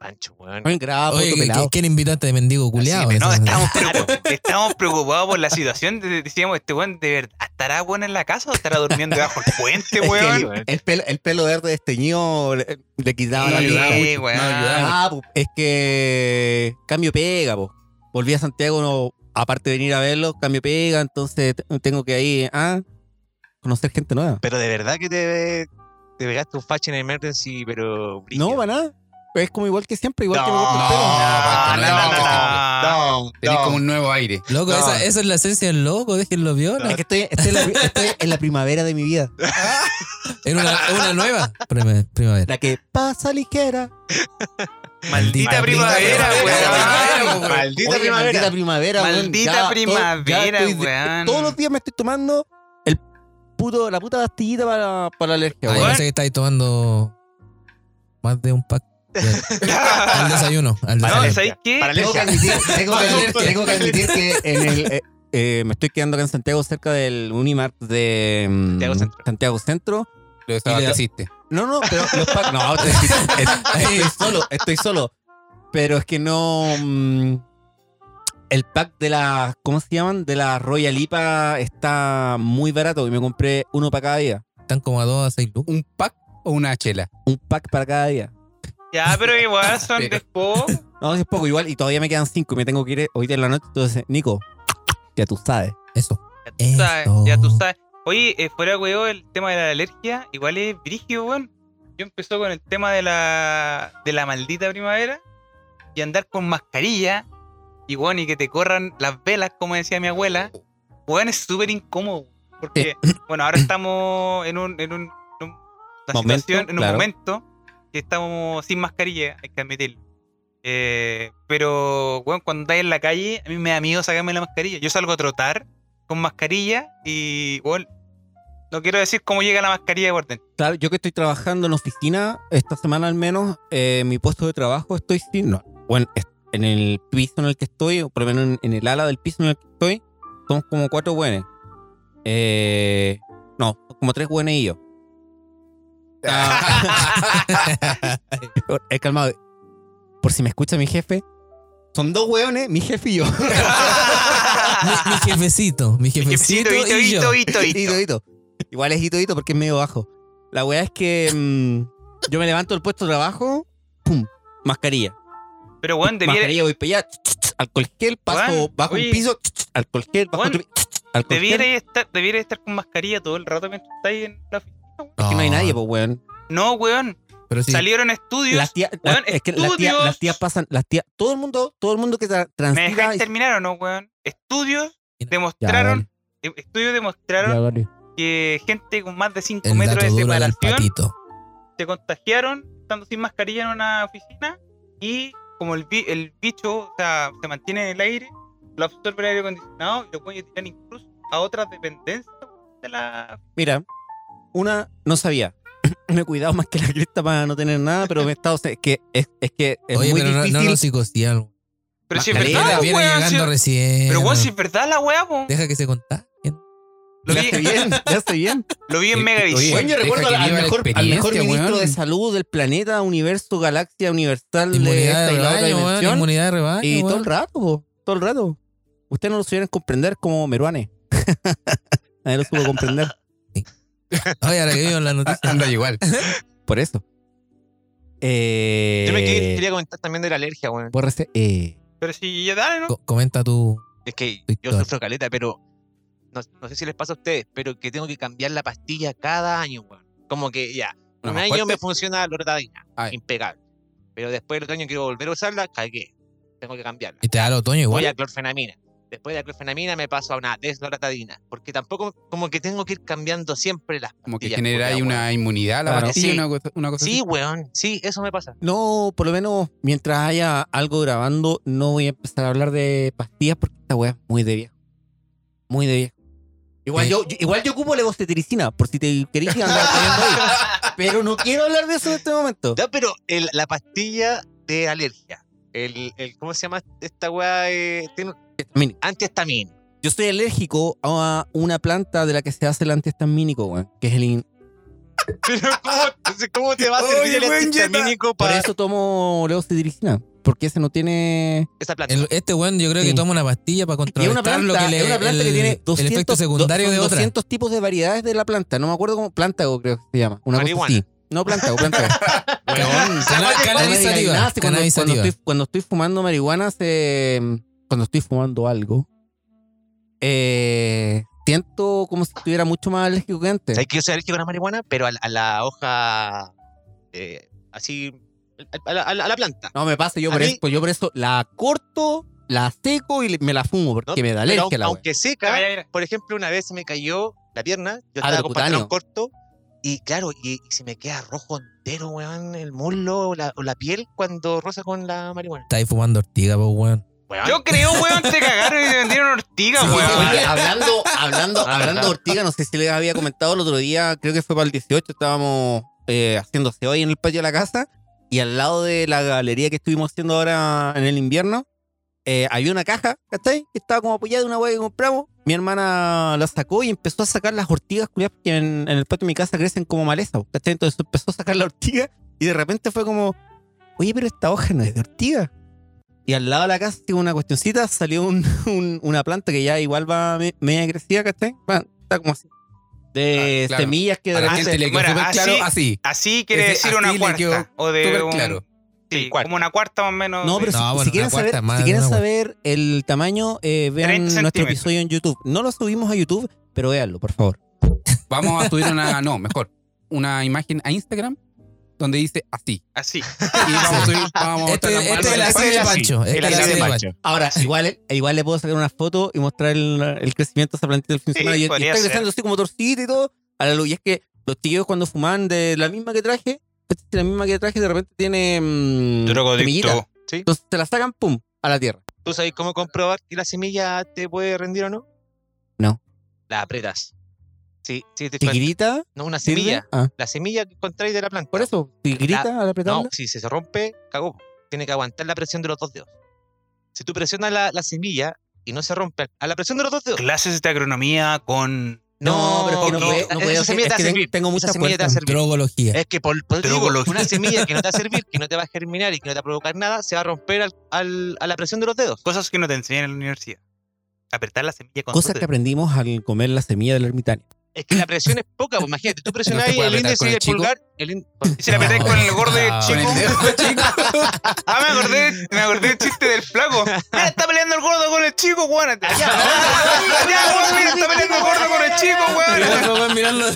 Speaker 2: Pancho, weón.
Speaker 4: Oye, graba
Speaker 3: Oye,
Speaker 4: foto
Speaker 3: ¿qué-
Speaker 4: pelado.
Speaker 3: ¿quién invitaste de mendigo culiado?
Speaker 2: Así,
Speaker 5: No,
Speaker 3: Esa-
Speaker 5: estamos,
Speaker 2: Claro,
Speaker 5: preocup- estamos preocupados por la situación. de- Decíamos, este weón, de verdad, ¿estará weón en la casa o estará durmiendo debajo del puente,
Speaker 4: Es que
Speaker 5: weón?
Speaker 4: el, el pelo, el pelo verde desteñido le, le quitaba la
Speaker 5: Sí,
Speaker 4: vida.
Speaker 5: weón.
Speaker 4: Ah, pu- es que cambio pega, po. Volví a Santiago, no, aparte de venir a verlo, cambio pega, entonces t- tengo que ahí ah, conocer gente nueva.
Speaker 2: Pero de verdad que te, te pegaste un fache en emergency, pero...
Speaker 4: No,
Speaker 2: brígido.
Speaker 4: para nada. Es como igual que siempre, igual que me
Speaker 2: No,
Speaker 4: corto el pelo.
Speaker 1: Pancho, no,
Speaker 5: no,
Speaker 1: no,
Speaker 5: no, no.
Speaker 1: Tenés como un nuevo aire.
Speaker 3: Loco,
Speaker 2: No.
Speaker 3: esa, esa es la esencia del loco, déjenlo viola.
Speaker 4: Es que estoy, estoy en la, pri- estoy en la primavera de mi vida.
Speaker 3: Es una, es una nueva prima-
Speaker 4: <laughs>
Speaker 3: primavera.
Speaker 4: La que pasa ligera.
Speaker 5: Maldita
Speaker 3: Maldita
Speaker 5: primavera,
Speaker 3: primavera,
Speaker 5: weón.
Speaker 1: weón.
Speaker 2: Maldita
Speaker 4: Oye,
Speaker 2: primavera.
Speaker 4: Maldita primavera, weón.
Speaker 5: Maldita
Speaker 4: Ya, todo-
Speaker 5: primavera,
Speaker 4: estoy de-
Speaker 5: weón.
Speaker 4: Todos los días me estoy tomando el puto, la puta pastillita para, para la alergia,
Speaker 3: Ah,
Speaker 4: weón.
Speaker 3: yo pensé que estáis tomando más de un pack.
Speaker 5: <laughs>
Speaker 3: Ya. Al desayuno, al
Speaker 5: No,
Speaker 3: desayuno.
Speaker 5: ¿sabéis qué?
Speaker 2: Para
Speaker 4: Tengo que admitir, tengo que admitir- tengo que admitir que en el, eh, eh, me estoy quedando acá en Santiago cerca del Unimart de mm,
Speaker 2: Santiago Centro.
Speaker 4: Santiago Centro.
Speaker 1: Lo desabasteciste.
Speaker 4: No, no, pero los packs. No, estoy, estoy solo, estoy solo. Pero es que no. mm, el pack de las. ¿Cómo se llaman? De la Royal IPA está muy barato y me compré uno para cada día.
Speaker 3: Están como a dos a seis lucas.
Speaker 1: ¿Un pack o una chela?
Speaker 4: Un pack para cada día.
Speaker 5: Ya, pero igual son
Speaker 1: Pero-
Speaker 5: después.
Speaker 4: No, es poco igual y todavía me quedan cinco y me tengo que ir hoy en la noche. Entonces, Nico, ya tú sabes.
Speaker 3: Eso.
Speaker 5: Ya tú sabes,
Speaker 3: Eso.
Speaker 5: ya tú sabes. Oye, eh, fuera weón, el tema de la alergia, igual es brígido, weón. Yo empezó con el tema de la, de la maldita primavera y andar con mascarilla y weón, y que te corran las velas, como decía mi abuela. Weón, es súper incómodo. Porque, <coughs> bueno, ahora estamos en un, en un, en un- una
Speaker 4: Momento,
Speaker 5: situación, en un
Speaker 4: claro.
Speaker 5: momento que estamos sin mascarilla, hay que admitirlo. Eh, pero, weón, cuando andáis en la calle, a mí me da miedo sacarme la mascarilla. Yo salgo a trotar con mascarilla y, weón, no quiero decir cómo llega la mascarilla por dentro.
Speaker 4: Claro, yo que estoy trabajando en oficina, esta semana al menos, eh, mi puesto de trabajo estoy sin. no, bueno, es- en el piso en el que estoy, o por lo menos en, en el ala del piso en el que estoy, somos como cuatro buenos. Eh, no, como tres buenos y yo. <laughs> He calmado. Por si me escucha mi jefe, son dos hueones, mi jefe y yo.
Speaker 3: Mi, mi jefecito, mi jefecito,
Speaker 5: Hito, hito,
Speaker 3: y yo.
Speaker 5: hito, hito, hito.
Speaker 4: Hito, hito. Igual es hito, hito porque es medio bajo. La weá es que mm, yo me levanto del puesto de trabajo, pum, mascarilla.
Speaker 5: Pero, weón, debiera,
Speaker 4: Mascarilla, voy para allá, alcohol gel, paso
Speaker 5: Juan,
Speaker 4: bajo
Speaker 5: oye.
Speaker 4: un piso, alcohol gel, bajo
Speaker 5: Juan,
Speaker 4: otro piso, alcohol gel.
Speaker 5: debiera estar, debiera estar con mascarilla todo el rato mientras estáis en la oficina. weón.
Speaker 4: Es que no hay nadie, pues, weón.
Speaker 5: No, weón,
Speaker 3: Pero sí,
Speaker 5: salieron estudios.
Speaker 4: Las tías, las-
Speaker 5: Juan,
Speaker 4: es que las tías,
Speaker 5: estudios.
Speaker 4: las tías pasan, las tías, todo el mundo, todo el mundo que tra-
Speaker 5: ¿Me
Speaker 4: transita.
Speaker 5: dejáis
Speaker 4: y-
Speaker 5: terminar o no, weón? Estudios
Speaker 3: Ya,
Speaker 5: demostraron, eh, estudios demostraron
Speaker 4: Ya, vale.
Speaker 5: que gente con más de 5
Speaker 3: el
Speaker 5: metros
Speaker 3: dato
Speaker 5: de
Speaker 3: duro del
Speaker 5: separación
Speaker 3: patito.
Speaker 5: se contagiaron estando sin mascarilla en una oficina y como el, bi- el bicho o sea, se mantiene en el aire, lo absorbe el aire acondicionado y lo pueden tirar incluso a otras dependencias de la...
Speaker 4: Mira, una no sabía. <clears throat> Me he cuidado más que la cresta para no tener nada, pero me he estado. Es que es, es que es
Speaker 3: Oye,
Speaker 4: muy
Speaker 3: pero no-
Speaker 4: difícil.
Speaker 3: no lo psicosían.
Speaker 5: Pero si es
Speaker 4: Mascarilla,
Speaker 5: verdad,
Speaker 3: Viene
Speaker 5: weón, si-
Speaker 3: llegando recién.
Speaker 5: pero bueno, si
Speaker 3: weón.
Speaker 5: es verdad la weá, po.
Speaker 3: Deja que se contagien.
Speaker 5: lo,
Speaker 4: Ya
Speaker 5: vi,
Speaker 4: hace bien, ya hace bien.
Speaker 5: lo vi en
Speaker 1: Eh,
Speaker 5: Megavisión.
Speaker 1: oye,
Speaker 4: Bueno, yo
Speaker 1: deja
Speaker 4: recuerdo
Speaker 1: que
Speaker 4: al,
Speaker 1: viva la
Speaker 4: mejor, al mejor
Speaker 1: experiencia,
Speaker 4: ministro
Speaker 1: weón.
Speaker 4: de salud del planeta, universo, galaxia, universal de
Speaker 3: Inmunidad
Speaker 4: esta
Speaker 3: de
Speaker 4: y la otra
Speaker 3: rebaño, weón.
Speaker 4: dimensión.
Speaker 3: Inmunidad de rebaño.
Speaker 4: Y todo
Speaker 3: weón.
Speaker 4: el rato, po, todo el rato. Ustedes no lo supieron comprender como Meruane. <laughs> Nadie lo supo comprender.
Speaker 3: Oye, ahora que veo la
Speaker 4: <laughs>
Speaker 3: noticia.
Speaker 1: Anda
Speaker 5: <laughs>
Speaker 1: igual.
Speaker 4: Por eso. Eh,
Speaker 2: Yo me quería, quería comentar también de la alergia, weón.
Speaker 4: bórrese, eh.
Speaker 5: Pero si ya dale, ¿no?
Speaker 3: Co- comenta tu.
Speaker 2: Es que
Speaker 3: Estoy
Speaker 2: yo
Speaker 3: todo.
Speaker 2: sufro caleta, pero no, no sé si les pasa a ustedes, pero que tengo que cambiar la pastilla cada año, weón. Como que ya,
Speaker 1: Una
Speaker 2: un
Speaker 1: más
Speaker 2: año
Speaker 1: fuerte.
Speaker 2: me funciona la lortadina,
Speaker 1: Ay.
Speaker 2: impecable. Pero después del otoño quiero volver a usarla, cagué. Tengo que cambiarla.
Speaker 3: Y te da el este, otoño igual.
Speaker 2: Voy a clorfenamina. Después de la clorfenamina me paso a una desloratadina. Porque tampoco como que tengo que ir cambiando siempre las
Speaker 1: Como que
Speaker 2: pastillas,
Speaker 1: genera ahí
Speaker 2: culiao,
Speaker 1: una inmunidad a la
Speaker 2: Claro.
Speaker 1: pastilla,
Speaker 2: Sí.
Speaker 1: una cosa, una
Speaker 2: weón.
Speaker 1: cosa
Speaker 2: Sí,
Speaker 1: así.
Speaker 2: weón. Sí, eso me pasa.
Speaker 4: No, por lo menos mientras haya algo grabando, no voy a empezar a hablar de pastillas porque esta weá es muy de viejo. Muy de viejo. Igual,
Speaker 3: Sí.
Speaker 4: yo, yo- igual yo ocupo levocetiricina, por si te querís andar poniendo ahí. Pero no quiero hablar de eso en este momento.
Speaker 2: Ya, pero el- la pastilla de alergia. El, el- ¿Cómo se llama esta weá? Eh, tiene un-
Speaker 4: Antihistamínico.
Speaker 2: antihistamina.
Speaker 4: Yo soy alérgico a una planta de la que se hace el antihistamínico, weón, que es el... in-
Speaker 2: <laughs> Pero ¿cómo, entonces, ¿cómo te va a servir
Speaker 1: Oye,
Speaker 2: el
Speaker 1: weón, Jetta.
Speaker 2: antihistamínico
Speaker 4: Por
Speaker 2: para
Speaker 4: eso tomo levocetiricina, porque ese no tiene...
Speaker 2: esa planta?
Speaker 3: El- este weón yo creo
Speaker 4: Sí.
Speaker 3: que toma una pastilla para
Speaker 4: Y es una
Speaker 3: contrarrestar
Speaker 4: planta,
Speaker 3: lo que le
Speaker 4: es una planta
Speaker 3: el,
Speaker 4: que tiene
Speaker 3: el
Speaker 4: 200,
Speaker 3: efecto secundario
Speaker 4: do-
Speaker 3: de
Speaker 4: son
Speaker 3: otra.
Speaker 4: 200 tipos de variedades de la planta. No me acuerdo cómo. Plántago creo que se llama. Una cosa
Speaker 2: Marihuana.
Speaker 4: así. No,
Speaker 2: <laughs>
Speaker 4: plántago, plántago.
Speaker 3: Cana- Cannabis
Speaker 4: No me digáis
Speaker 3: sativa.
Speaker 4: nada, si cuando,
Speaker 3: Cannabis
Speaker 4: cuando
Speaker 3: sativa.
Speaker 4: estoy, cuando estoy fumando marihuana, se, cuando estoy fumando algo, eh, siento como si estuviera mucho más alérgico que antes.
Speaker 2: ¿Sabes que yo soy alérgico a la marihuana? Pero a, la- a la hoja. eh, así. A la, a la- a la planta.
Speaker 4: No, me pasa, yo
Speaker 2: A
Speaker 4: por,
Speaker 2: mí-
Speaker 4: eso, pues yo por eso la corto, la seco y le- me la fumo porque
Speaker 2: No,
Speaker 4: me da
Speaker 2: Pero
Speaker 4: alergia
Speaker 2: aun-
Speaker 4: la wea.
Speaker 2: aunque seca.
Speaker 5: Ya, ya, ya.
Speaker 2: Por ejemplo, una vez se me cayó la pierna, yo
Speaker 4: Ah,
Speaker 2: estaba con pantalón
Speaker 4: percutáneo.
Speaker 2: corto, y claro, y, y se me queda rojo entero, weón, el muslo o la, o la piel cuando roza con la marihuana.
Speaker 3: Está ahí fumando ortiga, po, weón.
Speaker 2: Weón,
Speaker 5: Yo creo, weón, te cagaron y te vendieron hortiga,
Speaker 4: Sí,
Speaker 5: weón.
Speaker 4: oye, hablando, hablando,
Speaker 2: Ah,
Speaker 4: hablando de
Speaker 2: verdad.
Speaker 4: Ortiga, no sé si les había comentado el otro día, creo que fue para el 18, estábamos eh, haciéndose hoy en el patio de la casa y al lado de la galería que estuvimos haciendo ahora en el invierno, eh, había una caja, ¿cachai? Que estaba como apoyada de una hueá que compramos. Mi hermana la sacó y empezó a sacar las ortigas, culiadas, que en, en el patio de mi casa crecen como maleza, ¿cachai? Entonces empezó a sacar la ortiga y de repente fue como, oye, pero esta hoja no es de ortiga. Y al lado de la casa, tengo una cuestioncita, salió un- <laughs> un- una planta que ya igual va me- media crecida, ¿cachai? Va, está como así. De
Speaker 1: Ah, claro.
Speaker 4: semillas que
Speaker 1: A
Speaker 4: de
Speaker 1: la
Speaker 5: Ah,
Speaker 1: gente
Speaker 5: sí,
Speaker 1: le quedó
Speaker 5: bueno,
Speaker 1: súper claro
Speaker 5: así-
Speaker 1: así.
Speaker 5: Así quiere
Speaker 1: Ese
Speaker 5: decir una
Speaker 1: así le quedó
Speaker 5: cuarta. O de
Speaker 1: súper
Speaker 5: un,
Speaker 1: claro.
Speaker 5: Sí,
Speaker 2: cuarta.
Speaker 5: como una cuarta más o menos.
Speaker 4: No, pero
Speaker 5: de-
Speaker 4: si,
Speaker 3: No,
Speaker 4: si
Speaker 3: bueno,
Speaker 4: quieren,
Speaker 3: una cuarta
Speaker 4: saber,
Speaker 3: más
Speaker 4: si
Speaker 3: de
Speaker 4: quieren
Speaker 3: una,
Speaker 4: saber el tamaño, eh, vean
Speaker 5: 30
Speaker 4: nuestro
Speaker 5: centímetros.
Speaker 4: episodio en YouTube. No lo subimos a YouTube, pero véanlo, por favor.
Speaker 1: Vamos a subir
Speaker 5: <laughs>
Speaker 1: una, no, mejor, una imagen a Instagram donde dice así.
Speaker 5: Así.
Speaker 1: Y vamos a subir,
Speaker 5: <laughs>
Speaker 1: vamos a
Speaker 3: Este,
Speaker 1: mostrar la
Speaker 3: este
Speaker 1: mano.
Speaker 3: es el así de Pancho. Este
Speaker 2: el
Speaker 3: es el
Speaker 2: así
Speaker 3: así
Speaker 2: de
Speaker 3: de
Speaker 2: Pancho.
Speaker 3: Pancho.
Speaker 4: Ahora, igual, igual le puedo sacar una foto y mostrar el, el crecimiento de esa plantita del fin de
Speaker 5: Sí,
Speaker 4: semana. Y- y
Speaker 5: podría
Speaker 4: está
Speaker 5: ser.
Speaker 4: creciendo así como torcida y todo. A la luz. Y es que los tíos cuando fumaban de la misma que traje, esta es la misma que traje, de repente tiene. mm, semillita.
Speaker 5: Drogodicto.
Speaker 4: Entonces te la sacan, pum, a la tierra.
Speaker 2: ¿Tú sabes cómo comprobar que la semilla te puede rendir o no?
Speaker 4: No.
Speaker 2: La apretas. Sí, sí, te cuento.
Speaker 4: Chiquitita,
Speaker 2: No, una
Speaker 4: sirve.
Speaker 2: Pues, semilla.
Speaker 4: Ah,
Speaker 2: La semilla que encontráis de la planta.
Speaker 4: por eso, chiquitita, al apretarla.
Speaker 2: No, si se se rompe, cagó. Tiene que aguantar la presión de los dos dedos. Si tú presionas la, la semilla y no se rompe, a la presión de los dos dedos.
Speaker 5: Clases de agronomía con
Speaker 4: No, pero es que no,
Speaker 5: no,
Speaker 4: puede,
Speaker 2: esa
Speaker 4: no puede hacer-
Speaker 2: semilla te
Speaker 4: es
Speaker 2: va a
Speaker 4: que ten-
Speaker 2: servir,
Speaker 4: tengo mucha
Speaker 2: esa semilla te va a
Speaker 4: fuerza.
Speaker 2: servir.
Speaker 3: Drogología.
Speaker 2: Es que por, por eso digo,
Speaker 5: Drogolos-
Speaker 2: una semilla que no te va a servir, que no te va a germinar y que no te va a provocar nada, se va a romper al- al- a la presión de los dedos.
Speaker 5: cosas que no te enseñan en la universidad. Apretar la semilla con
Speaker 4: Cosas
Speaker 5: tu
Speaker 4: que
Speaker 5: dedo.
Speaker 4: aprendimos al comer la semilla del ermitaño.
Speaker 2: Es que la presión es poca, pues, imagínate, tú presionas
Speaker 1: se
Speaker 2: ahí
Speaker 1: puede
Speaker 2: el
Speaker 1: apretar
Speaker 2: índice
Speaker 1: con
Speaker 2: y
Speaker 1: el
Speaker 2: el
Speaker 1: chico.
Speaker 2: pulgar. el in-
Speaker 5: Y Si la apretáis con el gordo
Speaker 3: Ah,
Speaker 1: Con el
Speaker 5: chico.
Speaker 1: dedo, chico.
Speaker 5: <laughs> Ah, me acordé, me acordé del chiste del flaco. Mira, está peleando el gordo con el chico, weón. Ya, ya, weón, mira, está peleando el gordo con el chico,
Speaker 3: Y el
Speaker 5: weón.
Speaker 3: otro weón mirarlo.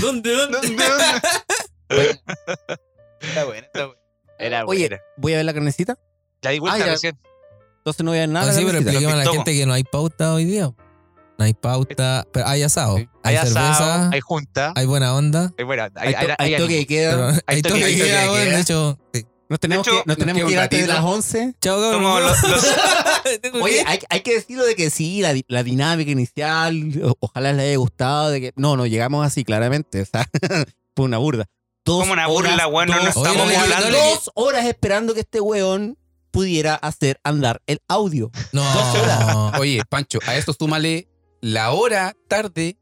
Speaker 3: ¿Dónde, dónde?
Speaker 5: ¿Dónde, dónde? Está bueno, está bueno.
Speaker 2: Era
Speaker 4: Oye,
Speaker 2: buena.
Speaker 4: voy a ver la carnecita.
Speaker 2: la di vuelta
Speaker 4: ah, ya.
Speaker 2: recién.
Speaker 4: Entonces no voy a ver nada. de
Speaker 3: Oye, sí,
Speaker 4: la
Speaker 3: pero
Speaker 4: carnecita.
Speaker 3: expliquemos a la
Speaker 5: Toma.
Speaker 3: gente que no hay pauta hoy día. No hay pauta. Pero hay asado.
Speaker 1: Sí.
Speaker 2: Hay
Speaker 3: Hay, cerveza.
Speaker 2: asado, hay junta.
Speaker 3: hay buena onda.
Speaker 2: Hay, bueno, hay,
Speaker 4: Hay,
Speaker 2: hay-
Speaker 4: to-
Speaker 2: hay
Speaker 4: hay toque de queda.
Speaker 3: pero hay toque de
Speaker 2: toque de
Speaker 3: queda, weón.
Speaker 4: queda.
Speaker 3: De hecho, sí.
Speaker 4: Nos tenemos,
Speaker 5: hecho,
Speaker 4: que, nos
Speaker 1: nos
Speaker 4: tenemos
Speaker 1: queda
Speaker 4: que
Speaker 1: un
Speaker 4: ir antes de
Speaker 1: ratito.
Speaker 4: las 11.
Speaker 3: Chao, cabrón.
Speaker 5: Como los- los-
Speaker 3: <laughs> Tengo
Speaker 4: Oye,
Speaker 3: que-
Speaker 4: hay, hay que decirlo de que sí, la, di- la dinámica inicial, o- ojalá les haya gustado. De que, no, no llegamos así, claramente. <laughs> O sea, fue una burda. Dos
Speaker 5: Como una burla,
Speaker 4: horas-
Speaker 5: weón, no
Speaker 4: dos-
Speaker 5: nos
Speaker 3: Oye,
Speaker 5: estamos
Speaker 3: no le- no
Speaker 5: hablando.
Speaker 3: le-
Speaker 4: Dos horas esperando que este weón pudiera hacer andar el audio.
Speaker 3: no.
Speaker 1: Oye, Pancho, a esto súmale la hora tarde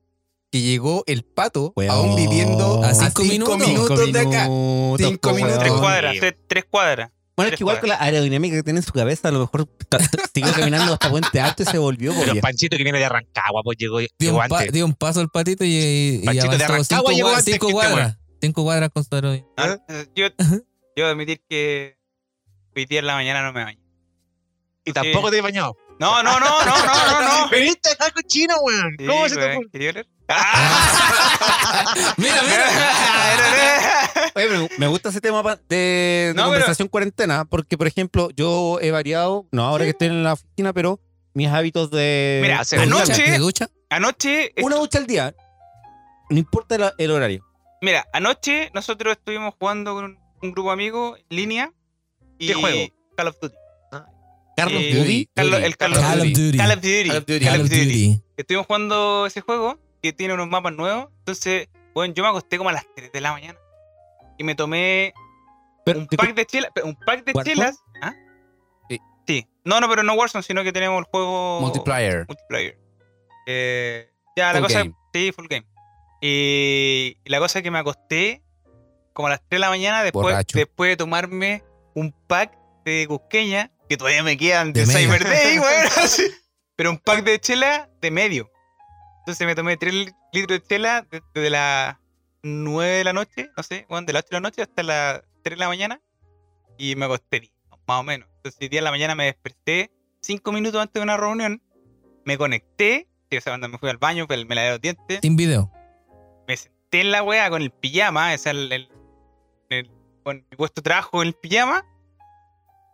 Speaker 1: que llegó el pato aún viviendo
Speaker 3: A
Speaker 1: a
Speaker 3: cinco
Speaker 1: cinco,
Speaker 3: minutos.
Speaker 1: minutos, de acá. Cinco
Speaker 4: po,
Speaker 1: minutos.
Speaker 5: Tres
Speaker 4: weón.
Speaker 5: cuadras, tres, tres cuadras.
Speaker 4: Bueno, es que igual con la aerodinámica que tiene en su cabeza, a lo mejor <laughs> ta- ta- siguió caminando hasta Puente Alto y se volvió. po,
Speaker 2: Pero
Speaker 4: viejo.
Speaker 2: Panchito que viene de Arrancagua, pues llegó,
Speaker 3: Dio
Speaker 2: llegó
Speaker 3: un, pa-
Speaker 2: antes.
Speaker 3: dio un paso al patito y, y, y
Speaker 2: Panchito de
Speaker 3: avanzó
Speaker 2: Rancagua
Speaker 3: cinco,
Speaker 2: llegó
Speaker 3: cua-
Speaker 2: antes
Speaker 3: cinco
Speaker 2: que este
Speaker 3: cuadras. Cinco cuadras con su aerodinámica.
Speaker 5: Ah, Yo, yo admitir que hoy día en la mañana no me baño.
Speaker 2: Y tampoco te he bañado. Ah,
Speaker 5: No, no, no, no, no, Ah, no, no.
Speaker 2: Veniste a dejar con chino, weón.
Speaker 5: Sí,
Speaker 2: ¿Cómo se te
Speaker 5: weón,
Speaker 2: ocurre?
Speaker 5: ¿quería oler? <laughs>
Speaker 3: Mira,
Speaker 4: Oye, pero me gusta ese tema pa- de, de
Speaker 5: No, pero-
Speaker 4: conversación cuarentena, porque, por ejemplo, yo he variado, no ahora que estoy en la oficina, pero mis hábitos de.
Speaker 5: <laughs> Mira,
Speaker 2: hace
Speaker 3: ¿Te ducha?
Speaker 5: anoche-
Speaker 3: ¿Te ducha?
Speaker 5: Anoche,
Speaker 4: una ducha al día, no importa el, el horario.
Speaker 5: mira, anoche nosotros estuvimos jugando con un, un grupo de amigos en línea. Y
Speaker 2: ¿Qué juego?
Speaker 5: Call of Duty.
Speaker 4: Carlos
Speaker 5: Eh,
Speaker 4: Duty.
Speaker 5: Carlos- el Carlos
Speaker 3: Call of
Speaker 5: Duty.
Speaker 3: Duty.
Speaker 5: Call of Duty.
Speaker 4: Call of Duty.
Speaker 5: Call of Duty.
Speaker 3: Duty.
Speaker 5: Estuvimos jugando ese juego que tiene unos mapas nuevos. Entonces, bueno, yo me acosté como a las 3 de la mañana. Y me tomé
Speaker 4: Pero,
Speaker 5: un pack de chelas. pero Un pack de
Speaker 4: ¿Warzone?
Speaker 5: chelas. ¿Ah?
Speaker 1: Sí.
Speaker 5: Sí. No, no, pero no Warzone, sino que tenemos el juego.
Speaker 1: Multiplier.
Speaker 5: multiplayer. Eh, ya, la
Speaker 1: Full
Speaker 5: cosa.
Speaker 1: game.
Speaker 5: Sí, full game. Y la cosa es que me acosté como a las 3 de la mañana después,
Speaker 1: Borracho.
Speaker 5: después de tomarme un pack de cusqueña, que todavía me quedan de,
Speaker 3: De medio.
Speaker 5: Cyber
Speaker 1: <laughs>
Speaker 5: Day, weón, así. pero un pack de chela de medio. Entonces me tomé 3 litros de chela de- desde las 9 de la noche, no sé, weón, de las 8 de la noche hasta las 3 de la mañana y me acosté, más o menos. Entonces, 10 de la mañana me desperté 5 minutos antes de una reunión, me conecté, que esa banda me fui al baño, pues, me me lavé los dientes
Speaker 2: <laughs>
Speaker 3: Sin video.
Speaker 5: me senté en la weá con el pijama, o sea, el, el- el- con mi puesto de trabajo con el pijama.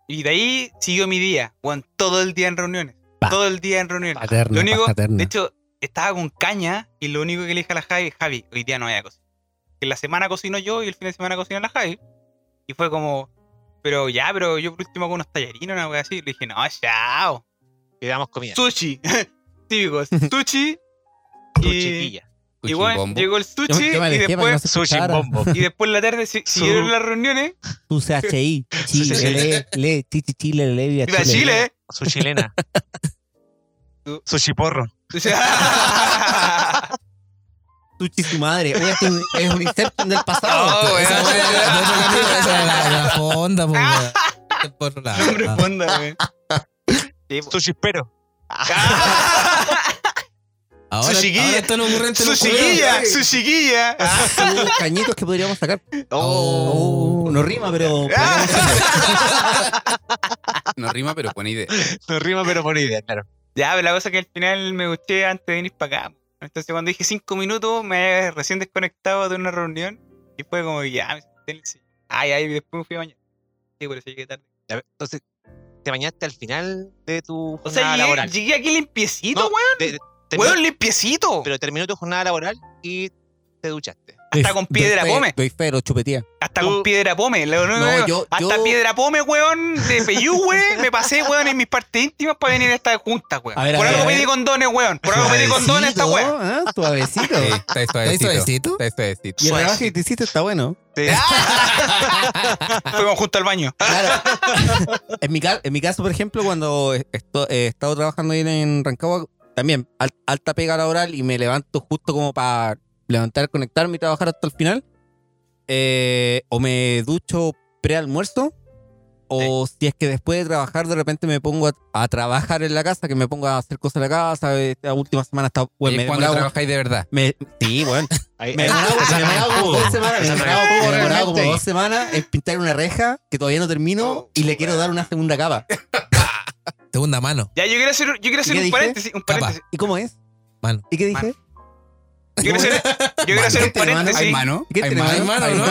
Speaker 5: Y de ahí siguió mi día, weón, todo el día en reuniones.
Speaker 4: Pa.
Speaker 5: Todo el día en reuniones.
Speaker 4: Paterna,
Speaker 5: lo único,
Speaker 4: paterna.
Speaker 5: de hecho, estaba con caña y lo único que le dije a la Javi, Javi, hoy día no voy a cocinar. Que la semana cocino yo y el fin de semana cocina la Javi. Y fue como, pero ya, pero yo por último hago unos tallarines, una weá así. Le dije, no, chao.
Speaker 2: Y damos comida.
Speaker 5: Sushi. <laughs> Típico,
Speaker 4: <laughs>
Speaker 5: sushi.
Speaker 2: Tu
Speaker 5: y-
Speaker 2: chiquilla.
Speaker 5: Y
Speaker 1: Cuchín
Speaker 5: bueno,
Speaker 1: bombo.
Speaker 5: llegó el sushi
Speaker 4: yo me
Speaker 5: y
Speaker 4: alejé para que no
Speaker 5: después
Speaker 4: se
Speaker 2: Sushi
Speaker 4: escuchara.
Speaker 2: bombo.
Speaker 5: y después en la tarde si-
Speaker 2: Su-
Speaker 5: siguieron las reuniones.
Speaker 4: Tu
Speaker 5: <laughs>
Speaker 4: CHI. Chi,
Speaker 2: CHI.
Speaker 4: le, le, chi, chi, chi, le, le, viva
Speaker 5: Viva
Speaker 4: Chile.
Speaker 5: Chile, ¿eh?
Speaker 2: Su
Speaker 5: <laughs>
Speaker 2: chilena.
Speaker 5: Su-
Speaker 2: Su chiporro.
Speaker 5: O sea,
Speaker 4: Tu chi, tu madre. Oye, esto es un- es un inception del pasado.
Speaker 5: No, Oh, weón.
Speaker 3: Esa weá era de otro capítulo, esa era la- la fonda, po, weón. Por la-
Speaker 5: hombre
Speaker 3: la-
Speaker 5: fonda, güey. Sí, po.
Speaker 2: Su chispero.
Speaker 3: Ah. <laughs> Ahora,
Speaker 5: Su chiquilla.
Speaker 3: ahora están ocurrentes
Speaker 5: Su
Speaker 3: los culeros.
Speaker 5: chiquilla, su chiquilla.
Speaker 4: Son unos cañitos que podríamos sacar.
Speaker 3: Oh.
Speaker 4: no rima, pero.
Speaker 5: Ah,
Speaker 1: No rima, pero buena
Speaker 5: <laughs>
Speaker 1: idea. Eh,
Speaker 2: No rima, pero buena idea, claro.
Speaker 5: Ya, pero la cosa es que al final me gusté antes de venir para acá. Entonces cuando dije cinco minutos me había recién desconectado de una reunión y fue como que ya, me senté en el sillón. Ay, ay, y después me fui a bañar. Sí, por eso llegué tarde.
Speaker 2: Ya, Entonces, te bañaste al final de tu
Speaker 5: O
Speaker 2: jornada
Speaker 5: sea, llegué,
Speaker 2: laboral.
Speaker 5: llegué aquí limpiecito,
Speaker 2: No,
Speaker 5: weón.
Speaker 2: Terminó-
Speaker 5: Weón, limpiecito.
Speaker 2: pero terminó tu jornada laboral y te duchaste.
Speaker 5: Hasta con piedra
Speaker 4: Doy fe-
Speaker 5: come.
Speaker 4: Doy fe, lo chupetía.
Speaker 5: Hasta
Speaker 2: Tú-
Speaker 5: con piedra pome. lo-
Speaker 4: No, yo-
Speaker 5: hasta
Speaker 4: yo-
Speaker 5: piedra pome, weón, de Peyúgue, me pasé, weón, en mis partes íntimas para venir a esta junta, weón.
Speaker 4: A ver, a
Speaker 5: por
Speaker 4: ver,
Speaker 5: algo
Speaker 4: a ver.
Speaker 5: pedí condones, weón. Por algo pedí condones esta weón.
Speaker 4: Ah, Suavecito.
Speaker 1: Sí, está
Speaker 3: ¿Estáis
Speaker 1: suavecito.
Speaker 3: suavecito?
Speaker 1: Está suavecito.
Speaker 4: Y el rebaje que te hiciste está bueno.
Speaker 2: Te-
Speaker 5: <laughs> Fuimos junto al baño.
Speaker 4: Claro. <laughs> en, mi, ca- en mi caso, por ejemplo, cuando esto- he estado trabajando ahí en Rancagua, también al- alta pega laboral y me levanto justo como para levantar, conectarme y trabajar hasta el final. eh, o me ducho pre-almuerzo. O si es que después de trabajar de repente me pongo a, a trabajar en la casa, que me pongo a hacer cosas en la casa. eh, Esta última semana está...
Speaker 1: Y
Speaker 4: bueno,
Speaker 1: es
Speaker 4: me he
Speaker 1: Eh, cuando
Speaker 4: demorado-
Speaker 1: trabajáis de verdad.
Speaker 4: me- sí, bueno.
Speaker 2: ahí-
Speaker 4: Me he
Speaker 2: ahí-
Speaker 4: demorado me he demorado como dos semanas. Me he demorado como- me he demorado como
Speaker 2: Realmente.
Speaker 4: dos semanas en pintar una reja que todavía no termino y le quiero dar una segunda capa.
Speaker 3: Segunda mano.
Speaker 5: Ya, yo quiero hacer, yo quiero hacer
Speaker 4: ¿Qué
Speaker 5: un
Speaker 4: dije?
Speaker 5: paréntesis, un
Speaker 3: Capa.
Speaker 5: paréntesis.
Speaker 4: ¿Y cómo es?
Speaker 3: Mano.
Speaker 4: ¿Y qué dije?
Speaker 5: Yo quiero
Speaker 4: <laughs>
Speaker 5: hacer, yo quiero hacer un
Speaker 4: ¿Qué tiene mano?
Speaker 1: ¿Hay
Speaker 5: paréntesis.
Speaker 1: mano?
Speaker 4: ¿Qué
Speaker 1: ¿Hay
Speaker 4: tenemos?
Speaker 1: mano?
Speaker 3: mano,
Speaker 4: Ay,
Speaker 3: ¿no?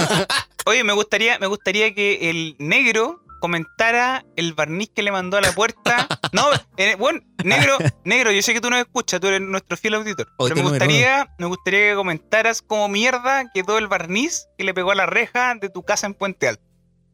Speaker 5: Oye, me gustaría, me gustaría que el negro comentara el barniz que le mandó a la puerta. No, eh, bueno,
Speaker 4: <laughs>
Speaker 5: negro, negro, yo sé que tú nos escuchas, tú eres nuestro fiel auditor.
Speaker 4: Hoy
Speaker 5: pero me
Speaker 4: tú número
Speaker 5: gustaría, me gustaría que comentaras cómo mierda quedó el barniz que le pegó a la reja de tu casa en Puente Alto.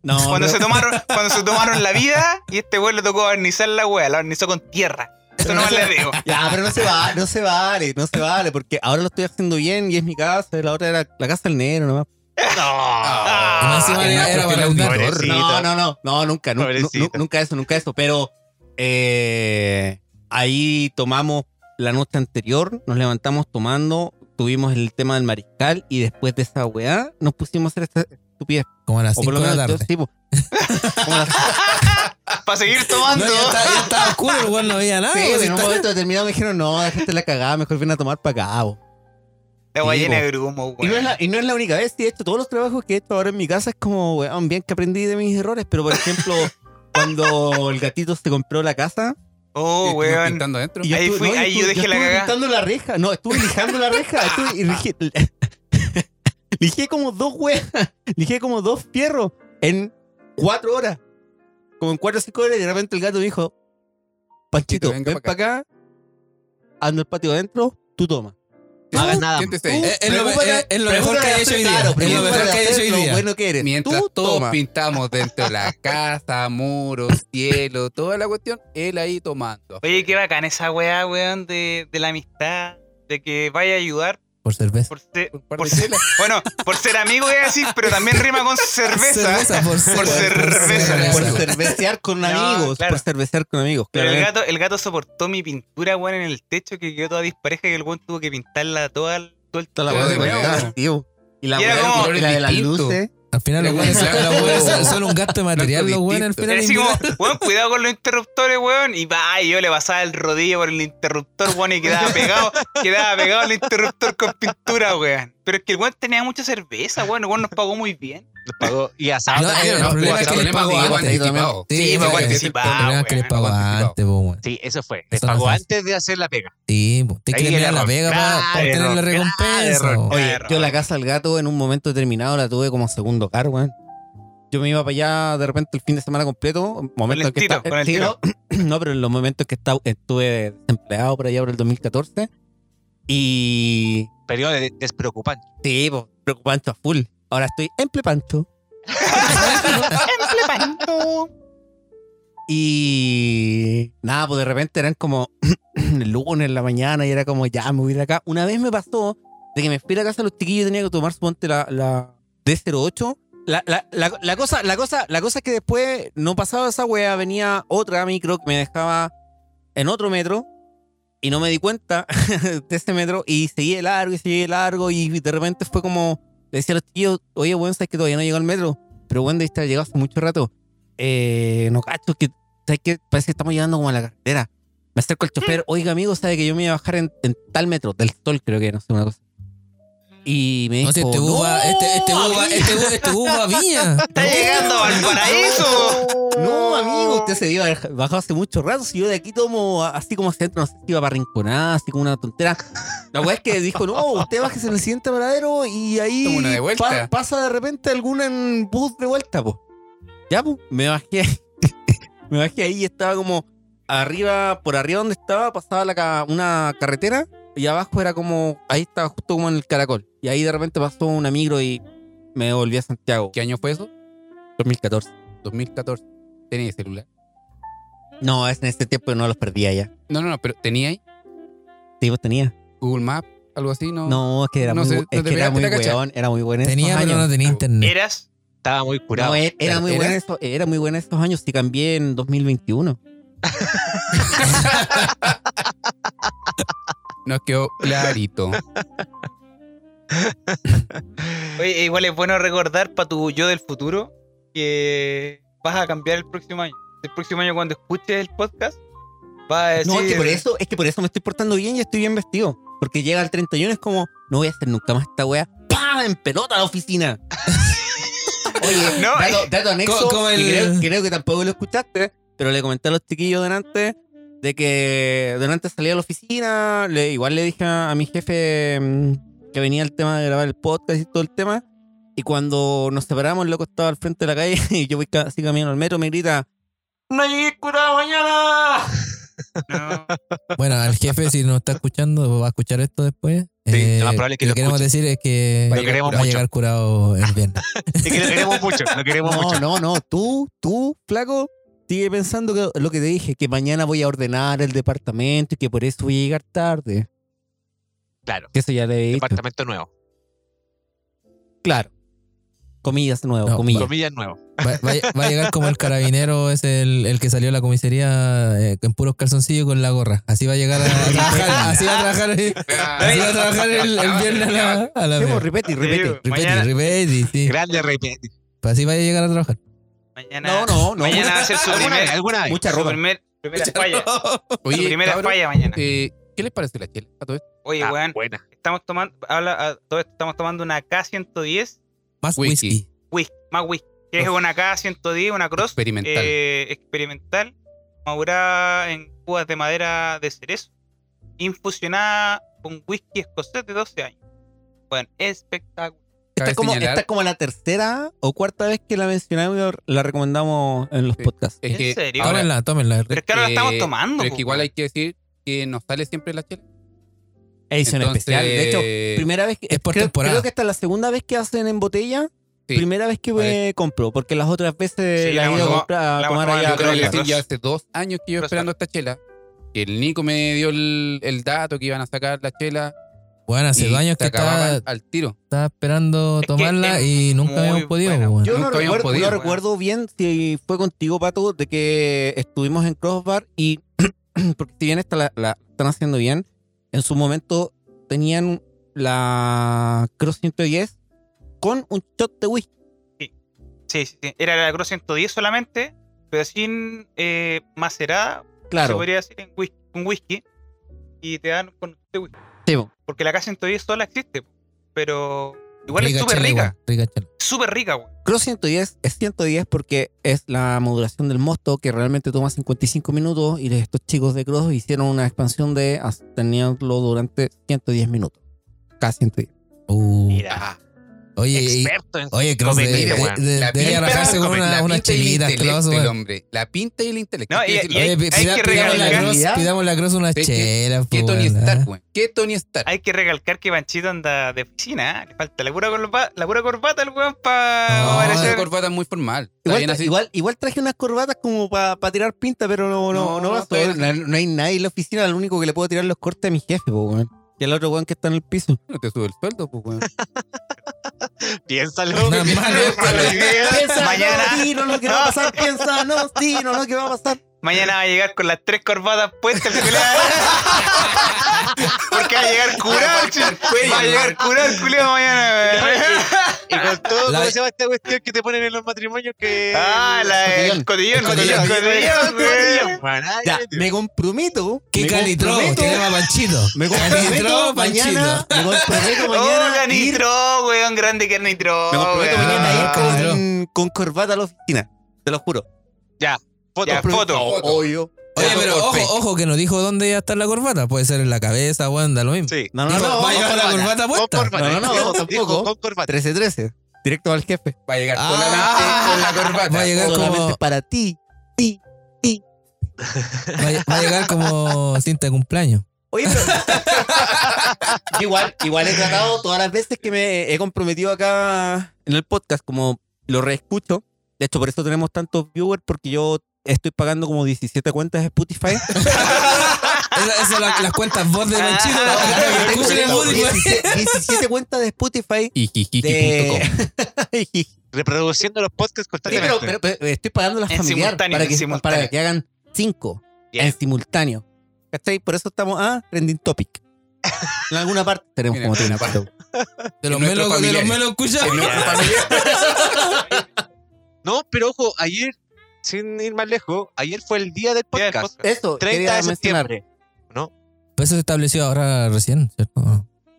Speaker 4: No, pero-
Speaker 5: cuando, se tomaron,
Speaker 4: <laughs>
Speaker 5: cuando se tomaron la vida y este güey le tocó barnizar la wea, la barnizó con tierra.
Speaker 4: <laughs>
Speaker 5: Eso no más le digo.
Speaker 4: Ya, pero no se va, no se vale, no se vale, porque ahora lo estoy haciendo bien y es mi casa, y la otra era la casa del negro nomás.
Speaker 2: <laughs> No. Ah,
Speaker 3: Y más encima
Speaker 1: el
Speaker 3: era-
Speaker 1: Nacho
Speaker 3: era
Speaker 1: tiene
Speaker 3: para
Speaker 1: un
Speaker 3: un
Speaker 1: dolor.
Speaker 3: dolor.
Speaker 4: No, no, no, no, nunca, nu- nu-
Speaker 2: Pobrecito.
Speaker 4: nunca eso, nunca eso, nunca eso. Pero eh, ahí tomamos la noche anterior, nos levantamos tomando, tuvimos el tema del mariscal y después de esa weá nos pusimos a hacer esta estupidez.
Speaker 3: Como a las
Speaker 4: O por
Speaker 3: 5
Speaker 4: lo
Speaker 3: de
Speaker 4: menos
Speaker 3: la
Speaker 4: yo,
Speaker 3: tarde.
Speaker 4: sí, po. Como a
Speaker 3: <laughs>
Speaker 4: las-
Speaker 5: Para seguir tomando.
Speaker 3: No, ya está- ya estaba oscuro, el weón no veía nada.
Speaker 4: Sí,
Speaker 3: weón,
Speaker 4: en
Speaker 3: está-
Speaker 4: un momento determinado me dijeron, no, dejaste la cagada, mejor ven a tomar para acá. po".
Speaker 5: la wea
Speaker 4: Sí,
Speaker 5: llena
Speaker 4: po.
Speaker 5: de grumo,
Speaker 4: Y, no es
Speaker 5: weón.
Speaker 4: la, y no es la única vez, sí, de hecho, todos los trabajos que he hecho ahora en mi casa es como, <laughs> weón, bien que aprendí de mis errores, pero por ejemplo, cuando el gatito se compró la casa,
Speaker 5: Oh,
Speaker 1: Estuvimos
Speaker 5: weón.
Speaker 1: pintando adentro.
Speaker 4: Y yo
Speaker 5: Ahí
Speaker 4: estuve-
Speaker 5: fui-
Speaker 4: no,
Speaker 5: ahí yo
Speaker 4: estuve-
Speaker 5: dejé la
Speaker 4: estuve
Speaker 5: cagá.
Speaker 4: pintando la reja. No, estuve lijando la reja. Estuve y lijé, <laughs> lijé como dos weas. <laughs> Lijé como dos fierros en cuatro horas. Como en cuatro o cinco horas. Y de repente el gato me dijo:
Speaker 1: Panchito,
Speaker 4: Panchito,
Speaker 1: venga
Speaker 4: ven
Speaker 1: pa'
Speaker 4: para acá. Ando el patio adentro, tú toma.
Speaker 2: No hagas nada.
Speaker 1: Siéntese ahí.
Speaker 3: Eh, es lo-
Speaker 4: Pregúntale-
Speaker 3: es- es lo mejor que he hecho hoy día.
Speaker 4: Claro,
Speaker 3: Es lo
Speaker 4: pregúntale
Speaker 3: mejor que he hecho hoy
Speaker 4: hacer lo
Speaker 3: día.
Speaker 4: bueno que eres.
Speaker 1: eh, Mientras
Speaker 4: Tú
Speaker 1: todos
Speaker 4: toma.
Speaker 1: pintamos dentro de
Speaker 5: <laughs>
Speaker 1: la casa, muros, cielo, toda la cuestión, él ahí tomando.
Speaker 5: Oye, qué bacán esa weá, weón, de, de la amistad, de que vaya a ayudar
Speaker 3: Por cerveza.
Speaker 5: por ser,
Speaker 1: Un par
Speaker 5: por
Speaker 1: de
Speaker 5: ser-
Speaker 1: chelas.
Speaker 5: <laughs> bueno, por ser amigo es así, pero también
Speaker 1: <laughs>
Speaker 5: rima con cerveza.
Speaker 3: por,
Speaker 5: cerveza.
Speaker 4: Por
Speaker 5: Claro.
Speaker 4: cervecear con
Speaker 5: No,
Speaker 4: amigos.
Speaker 5: claro.
Speaker 4: Por cervecear con amigos.
Speaker 5: Pero el
Speaker 4: claramente.
Speaker 5: gato, el gato soportó mi pintura, weón, en el techo que quedó toda dispareja y el weón tuvo que pintarla toda, todo el
Speaker 4: Toda la
Speaker 1: Pero
Speaker 4: weá
Speaker 1: de
Speaker 4: de
Speaker 1: nuevo.
Speaker 4: colgar, tío. Y la
Speaker 5: Y era
Speaker 4: weá de
Speaker 5: como-
Speaker 4: colgar, y la de las
Speaker 1: distinto.
Speaker 4: luces.
Speaker 3: Al final los
Speaker 1: Pero
Speaker 3: buenos
Speaker 1: bueno,
Speaker 3: sacan la weá,
Speaker 1: claro.
Speaker 3: son solo un gasto de material, los buenos al
Speaker 1: distinto.
Speaker 3: final.
Speaker 5: Era así como,
Speaker 3: invitan-
Speaker 5: weón, cuidado con los interruptores, weón. Y va, y yo le pasaba el rodillo por el interruptor, weón,
Speaker 1: <laughs>
Speaker 5: y quedaba pegado, quedaba pegado el interruptor con pintura, weón. Pero es que el weón tenía mucha cerveza, weón, el weón nos pagó muy bien.
Speaker 2: Nos pues, pagó. Y asado
Speaker 3: No,
Speaker 2: también,
Speaker 3: eh,
Speaker 2: ¿no?
Speaker 3: el problema es que les
Speaker 1: problema
Speaker 3: pagó
Speaker 1: de igual
Speaker 3: antes.
Speaker 1: anticipado.
Speaker 3: Sí,
Speaker 5: Sí,
Speaker 3: el
Speaker 5: pagó
Speaker 3: problema es
Speaker 5: anticipado,
Speaker 3: que les
Speaker 5: weón,
Speaker 3: pagó
Speaker 1: pagó
Speaker 3: antes, po, weón.
Speaker 2: Sí, eso fue. Les
Speaker 3: Eso no
Speaker 2: pagó
Speaker 3: es
Speaker 2: antes de hacer la pega.
Speaker 3: Sí, pues, po. Tienes
Speaker 2: Ahí
Speaker 3: que
Speaker 2: el
Speaker 3: mirar la
Speaker 2: error.
Speaker 3: pega para
Speaker 2: Grave
Speaker 3: obtener la
Speaker 2: error, grave
Speaker 3: recompensa. pues.
Speaker 2: error.
Speaker 3: po.
Speaker 4: Oye,
Speaker 5: Claro.
Speaker 4: yo la casa del gato en un momento determinado la tuve como segundo car, weón. Yo me iba para allá de repente el fin de semana completo. Momento
Speaker 5: el
Speaker 4: en que
Speaker 5: tiro,
Speaker 4: esta-
Speaker 5: con el
Speaker 4: sí, no, no, <clears throat> pero en los momentos que esta- estuve desempleado por allá por el 2014. Y.
Speaker 2: Periodo de- despreocupante.
Speaker 4: Sí, pues, preocupante a full. Ahora estoy emplepancho. Y nada, pues de repente eran como <clears throat> lunes en la mañana y era como, ya, me voy a ir de acá. Una vez me pasó de que me fui a la casa de los chiquillos y tenía que tomar, suponte, la, la D08. La, la, la, la cosa, la, cosa, la cosa es que después no pasaba esa wea, venía otra micro que me dejaba en otro metro y no me di cuenta <laughs> de ese metro y seguí de largo y seguí de largo y de repente fue como, le decía a los chiquillos, oye, weón, sabes que todavía no llegó al metro, pero bueno, debiste haber llegado hace mucho rato. Eh, no cacho, que ¿sabes qué? Parece que estamos llegando como a la carretera. Me acerco al chofer, oiga amigo, sabe que yo me iba a bajar en, en tal metro, del sol creo que, no sé, una cosa. Y me dijo,
Speaker 3: No, si este uva, este, este
Speaker 4: "No,
Speaker 3: uva, este uva, este uva, viña.
Speaker 5: Está llegando a Valparaíso.
Speaker 1: Oh.
Speaker 4: No, amigo, usted se dio bajado hace mucho rato. Si yo de aquí tomo a- así como centro, no sé si iba para Rinconada, así como una tontera. La weá es que dijo, no, usted bájese en el siguiente paradero y ahí
Speaker 1: Toma una de vuelta.
Speaker 4: pasa de repente alguna en bus de vuelta, po. Ya, po, me bajé <laughs> ahí. me bajé ahí y estaba como arriba, por arriba donde estaba, pasaba la ca- una carretera y abajo era como, ahí estaba justo como en el caracol. Y ahí de repente pasó una micro y me volví a Santiago.
Speaker 1: ¿Qué año fue eso?
Speaker 4: 2014.
Speaker 1: 2014. ¿Tenía celular?
Speaker 4: No, es en este tiempo no los perdía ya.
Speaker 1: No, no, no, pero ¿tenía ahí?
Speaker 4: Sí, vos tenía.
Speaker 1: ¿Google Maps? ¿Algo así? No.
Speaker 4: No, es que era
Speaker 1: No
Speaker 4: muy,
Speaker 1: sé,
Speaker 4: bu-
Speaker 1: no
Speaker 4: es
Speaker 1: te
Speaker 4: que era
Speaker 1: pegaste
Speaker 4: muy
Speaker 1: la cacha.
Speaker 4: weón, era muy bueno en
Speaker 3: Tenía,
Speaker 4: esos
Speaker 3: pero no
Speaker 4: años.
Speaker 3: tenía internet.
Speaker 5: Eras
Speaker 2: Estaba muy curado.
Speaker 4: No, era, era muy
Speaker 1: ¿Era?
Speaker 4: bueno eso, era muy bueno esos años y cambié en 2021.
Speaker 1: Nos quedó clarito.
Speaker 5: Oye, igual es bueno recordar para tu yo del futuro que vas a cambiar el próximo año. El próximo año cuando escuches el podcast vas a decir...
Speaker 4: No, es que por eso, es que por eso me estoy portando bien y estoy bien vestido, porque llega el 31 es como no voy a hacer nunca más esta wea. ¡Pam! en pelota a la oficina. Oye,
Speaker 5: <laughs> No,
Speaker 4: dato, dato anexo,
Speaker 3: Co- como
Speaker 4: que
Speaker 3: el-
Speaker 4: creo, creo que tampoco lo escuchaste, pero le comenté a los chiquillos delante de que delante salía a la oficina, le- igual le dije a, a mi jefe mm, que venía el tema de grabar el podcast y todo el tema, y cuando nos separamos, el loco estaba al frente de la calle <laughs> y yo voy ca- así camino al metro, me grita, ¡No llegué curado mañana!
Speaker 5: <laughs> No.
Speaker 3: Bueno, al jefe, si nos está escuchando, va a escuchar esto después. Eh,
Speaker 2: Sí, lo más probable es que lo
Speaker 3: queremos decir es que
Speaker 2: Lo
Speaker 3: va a llegar
Speaker 2: queremos
Speaker 3: curado- va a llegar curado el viernes.
Speaker 2: Es que lo
Speaker 4: <laughs>
Speaker 2: queremos mucho. Lo queremos
Speaker 4: No,
Speaker 2: mucho.
Speaker 4: no, no. Tú, tú, flaco, sigue pensando que lo que te dije, que mañana voy a ordenar el departamento y que por eso voy a llegar tarde.
Speaker 2: Claro.
Speaker 4: Que eso ya le he dicho.
Speaker 2: Departamento nuevo.
Speaker 4: Claro. Comillas nuevo,
Speaker 3: No,
Speaker 4: comillas.
Speaker 2: Comillas nuevo.
Speaker 3: Va, va- va a llegar como el carabinero, es el, el que salió a la comisaría eh, en puros calzoncillos y con la gorra. Así va a llegar a, a trabajar. Así va a trabajar, eh, así va a trabajar el, el viernes a la, a la
Speaker 4: Sí, pues,
Speaker 3: vez.
Speaker 4: repete, repete.
Speaker 5: Sí, mañana-
Speaker 3: Ripeti, Ripeti, sí. Pues
Speaker 2: Grande repente.
Speaker 3: Así va a llegar a trabajar.
Speaker 5: Mañana,
Speaker 4: No, no, no.
Speaker 5: Mañana va a ser su
Speaker 2: ¿Alguna vez?
Speaker 5: primer,
Speaker 2: ¿Alguna vez?
Speaker 4: Mucha
Speaker 5: su
Speaker 4: ropa.
Speaker 5: primer- primera falla. Su
Speaker 1: Oye,
Speaker 5: primera
Speaker 1: cabrón,
Speaker 5: falla mañana.
Speaker 1: eh, ¿Qué les parece la chela a todo esto?
Speaker 5: Oye,
Speaker 2: Ah,
Speaker 5: weón,
Speaker 2: buena.
Speaker 5: estamos tomando, habla, a todo esto, estamos tomando una K110
Speaker 3: Más
Speaker 1: Whisky.
Speaker 3: whisky.
Speaker 5: whisky, más whisky. Que es una K110, una cross
Speaker 1: Experimental.
Speaker 5: eh, experimental, madurada eh, en púas de madera de cerezo, infusionada con whisky escocés de 12 años. Bueno, espectacular.
Speaker 4: Esta
Speaker 1: Cabe
Speaker 4: es, como,
Speaker 1: señalar-
Speaker 4: esta es como la tercera o cuarta vez que la mencionamos y la- la recomendamos en los
Speaker 1: Sí.
Speaker 4: podcasts.
Speaker 1: Es
Speaker 5: ¿En
Speaker 1: que,
Speaker 5: serio?
Speaker 1: ahora-
Speaker 3: Tómenla, tómenla.
Speaker 5: Pero es que ahora la
Speaker 1: que-
Speaker 5: estamos tomando.
Speaker 1: pero es
Speaker 5: po,
Speaker 1: que igual
Speaker 5: weón.
Speaker 1: hay que decir que nos sale siempre la chela.
Speaker 4: Edición
Speaker 1: Entonces-
Speaker 4: especial. De hecho, primera vez que.
Speaker 3: Es por
Speaker 4: creo,
Speaker 3: temporada.
Speaker 4: creo que esta es la segunda vez que hacen en botella.
Speaker 1: Sí.
Speaker 4: Primera vez que
Speaker 1: Parece.
Speaker 4: eh, compro, porque las otras veces
Speaker 5: Sí,
Speaker 4: la
Speaker 5: la
Speaker 4: he
Speaker 5: hemos
Speaker 4: ido a
Speaker 5: tomado-
Speaker 4: comprar
Speaker 5: la
Speaker 4: a
Speaker 5: hemos
Speaker 4: tomar
Speaker 5: tomado
Speaker 4: allá.
Speaker 1: Yo tengo
Speaker 5: yo creo
Speaker 1: que
Speaker 5: que
Speaker 1: decir,
Speaker 5: dos.
Speaker 1: ya hace dos años que yo
Speaker 5: Dos
Speaker 1: esperando esta chela. Que el Nico me dio el, el dato que iban a sacar la chela.
Speaker 3: Bueno, hace
Speaker 1: y
Speaker 3: dos años
Speaker 1: se
Speaker 3: que
Speaker 1: acababan
Speaker 3: estaba,
Speaker 1: al tiro.
Speaker 3: estaba esperando
Speaker 5: Es que
Speaker 3: tomarla
Speaker 5: es
Speaker 3: y nunca
Speaker 5: muy
Speaker 3: habíamos podido.
Speaker 5: buena.
Speaker 3: weón.
Speaker 4: Yo
Speaker 1: Nunca
Speaker 4: no
Speaker 1: habían
Speaker 4: recuerdo,
Speaker 1: podido,
Speaker 4: no
Speaker 5: weón.
Speaker 4: recuerdo bien si fue contigo, Pato, de que estuvimos en Crossbar y, <clears throat> porque si bien esta la, la están haciendo bien, en su momento tenían la Cross 110 con un shot de whisky.
Speaker 5: Sí, sí, sí. Era la Cruz 110 solamente, pero sin eh, macerada, se
Speaker 4: Claro,
Speaker 5: podría decir, en whisky, con whisky. Y te dan con este whisky.
Speaker 4: sí, po.
Speaker 5: Porque la K110 sola existe, po. pero igual
Speaker 3: Rica
Speaker 5: es súper
Speaker 3: chela
Speaker 5: rica.
Speaker 3: igual, rica chela.
Speaker 5: Súper rica, weón.
Speaker 4: Cross 110 es 110 porque es la modulación del mosto que realmente toma 55 minutos y estos chicos de Cross hicieron una expansión de as- tenerlo durante 110 minutos. Casi 110.
Speaker 3: Uh,
Speaker 2: Mira,
Speaker 3: oye, y-
Speaker 2: experto en
Speaker 3: oye, Cross de,
Speaker 2: competir,
Speaker 3: de-
Speaker 2: weón.
Speaker 3: de-
Speaker 1: La
Speaker 3: debería
Speaker 1: pinta-
Speaker 3: rajarse con
Speaker 1: la
Speaker 3: una,
Speaker 1: pinta y
Speaker 3: una
Speaker 1: el
Speaker 3: chelita,
Speaker 1: intelecto
Speaker 3: Cross,
Speaker 1: del
Speaker 3: weón.
Speaker 1: hombre. La pinta y el intelecto.
Speaker 5: No,
Speaker 1: hay que
Speaker 5: y-
Speaker 1: decirlo.
Speaker 5: y hay-
Speaker 3: Oye,
Speaker 5: hay
Speaker 3: pida-
Speaker 5: que
Speaker 3: pidamos la
Speaker 5: recalcar-
Speaker 3: Cross, pidamos la Cross una
Speaker 1: ¿Qué-
Speaker 3: chela,
Speaker 1: ¿Qué
Speaker 3: po,
Speaker 1: Tony
Speaker 3: weón,
Speaker 1: Stark,
Speaker 3: ah.
Speaker 1: weón? ¿Qué Tony Stark?
Speaker 5: Hay que recalcar que Panchito anda de oficina, ¿eh? le falta la pura, corba- la pura corbata al weón para
Speaker 3: No,
Speaker 1: No, esa
Speaker 5: parecer.
Speaker 1: corbata es muy formal. Está
Speaker 4: Igual,
Speaker 1: bien así.
Speaker 4: igual, igual traje unas corbatas como para tirar pinta, pero no, no,
Speaker 1: No,
Speaker 4: no, bastó.
Speaker 1: está bien
Speaker 4: No, no hay nadie en la oficina, lo único que le puedo tirar los cortes a mi jefe, po, weón. Y al otro weón que está en el piso.
Speaker 1: No te sube el sueldo, pues, weón.
Speaker 2: Piénsalo. <laughs>
Speaker 3: Nada más,
Speaker 2: Piénsalo,
Speaker 3: nada
Speaker 2: idea.
Speaker 4: <laughs> Piensa,
Speaker 5: Mañana.
Speaker 4: no, sí, no, no, que va a pasar, piensa, no, sí, no, no, que va a pasar.
Speaker 5: Mañana va a llegar con las tres corbatas puestas. el culiao. Porque va a llegar <laughs> curado, chul- Va a llegar curado el culiao mañana,
Speaker 2: <laughs> Ah,
Speaker 5: weón.
Speaker 2: Y con todo,
Speaker 3: La-
Speaker 2: ¿cómo se llama esta cuestión que te ponen en los matrimonios? Que.
Speaker 5: Ah, la, el
Speaker 4: Cotillón.
Speaker 5: cotillón,
Speaker 4: El
Speaker 5: cotillón,
Speaker 4: cotillón.
Speaker 5: cotillón, weón.
Speaker 2: Bueno, ay,
Speaker 4: Ya,
Speaker 2: Dios.
Speaker 4: me comprometo.
Speaker 3: ¿Qué
Speaker 4: me
Speaker 3: calitro?
Speaker 4: comprometo-
Speaker 3: Tenemos a Panchito.
Speaker 4: Me comprometo
Speaker 3: Calitro,
Speaker 4: mañana.
Speaker 3: Panchito.
Speaker 4: Me comprometo
Speaker 5: <laughs> Oh,
Speaker 4: mañana.
Speaker 5: Hola,
Speaker 4: a ir-
Speaker 5: Nitro, weón, grande que es Nitro.
Speaker 4: me comprometo
Speaker 5: weón.
Speaker 4: mañana a ir
Speaker 5: <laughs>
Speaker 3: Ah,
Speaker 4: con, con corbata a la oficina. Te lo juro.
Speaker 2: Foto.
Speaker 5: Ya,
Speaker 2: foto.
Speaker 5: foto.
Speaker 4: Obvio.
Speaker 3: Oye,
Speaker 1: Foto
Speaker 3: pero
Speaker 1: por
Speaker 3: ojo,
Speaker 1: Facebook.
Speaker 3: ojo, que nos dijo dónde iba a estar la corbata. Puede ser en la cabeza, weón, da lo mismo.
Speaker 2: Sí.
Speaker 4: No, no,
Speaker 3: Dijo,
Speaker 4: no.
Speaker 3: va a llevar la
Speaker 2: Con
Speaker 3: corbata puesta.
Speaker 2: corbata.
Speaker 4: No, no, no,
Speaker 2: Dijo,
Speaker 4: tampoco.
Speaker 2: Con corbata.
Speaker 4: 13-13. Directo al jefe.
Speaker 1: Va a llegar
Speaker 3: Ah.
Speaker 1: solamente con la corbata.
Speaker 3: Va a llegar
Speaker 4: Solamente
Speaker 3: como,
Speaker 4: para ti. Ti.
Speaker 3: va a- va a llegar como cinta de cumpleaños.
Speaker 4: Oye,
Speaker 3: <laughs>
Speaker 4: pero. igual, igual he tratado todas las veces que me he comprometido acá en el podcast, como lo reescucho. De hecho, por eso tenemos tantos viewers, porque yo estoy pagando como 17 cuentas de Spotify.
Speaker 3: Esas son las, las cuentas voz de Panchito.
Speaker 4: Ah,
Speaker 3: las cuentas <laughs> que escuchan en Spotify.
Speaker 4: 17, 17 cuentas de Spotify.
Speaker 1: Y jijiji.com.
Speaker 4: De... <laughs>
Speaker 2: Reproduciendo los podcasts
Speaker 4: Sí, pero,
Speaker 2: constantemente.
Speaker 4: pero- pero estoy pagando las
Speaker 5: En
Speaker 4: familiares
Speaker 5: simultáneo,
Speaker 4: para
Speaker 5: en
Speaker 4: que,
Speaker 5: simultáneo.
Speaker 4: para que hagan cinco
Speaker 2: Bien.
Speaker 4: en simultáneo. ¿Cachai? Por eso estamos a trending topic. En alguna parte tenemos
Speaker 1: Mira,
Speaker 4: como
Speaker 1: en
Speaker 4: trending
Speaker 1: alguna
Speaker 4: topic.
Speaker 3: De los
Speaker 1: Y nuestros
Speaker 3: melos, de los
Speaker 1: familiares.
Speaker 3: melos escuchados.
Speaker 1: En nuestra familia.
Speaker 2: No, pero ojo, ayer, sin ir más lejos, ayer fue el día del
Speaker 5: Ya, el
Speaker 2: podcast.
Speaker 5: podcast.
Speaker 4: Eso,
Speaker 2: 30 de
Speaker 4: Eh, quería mencionar.
Speaker 2: septiembre.
Speaker 3: Pues eso se estableció ahora recién, ¿cierto?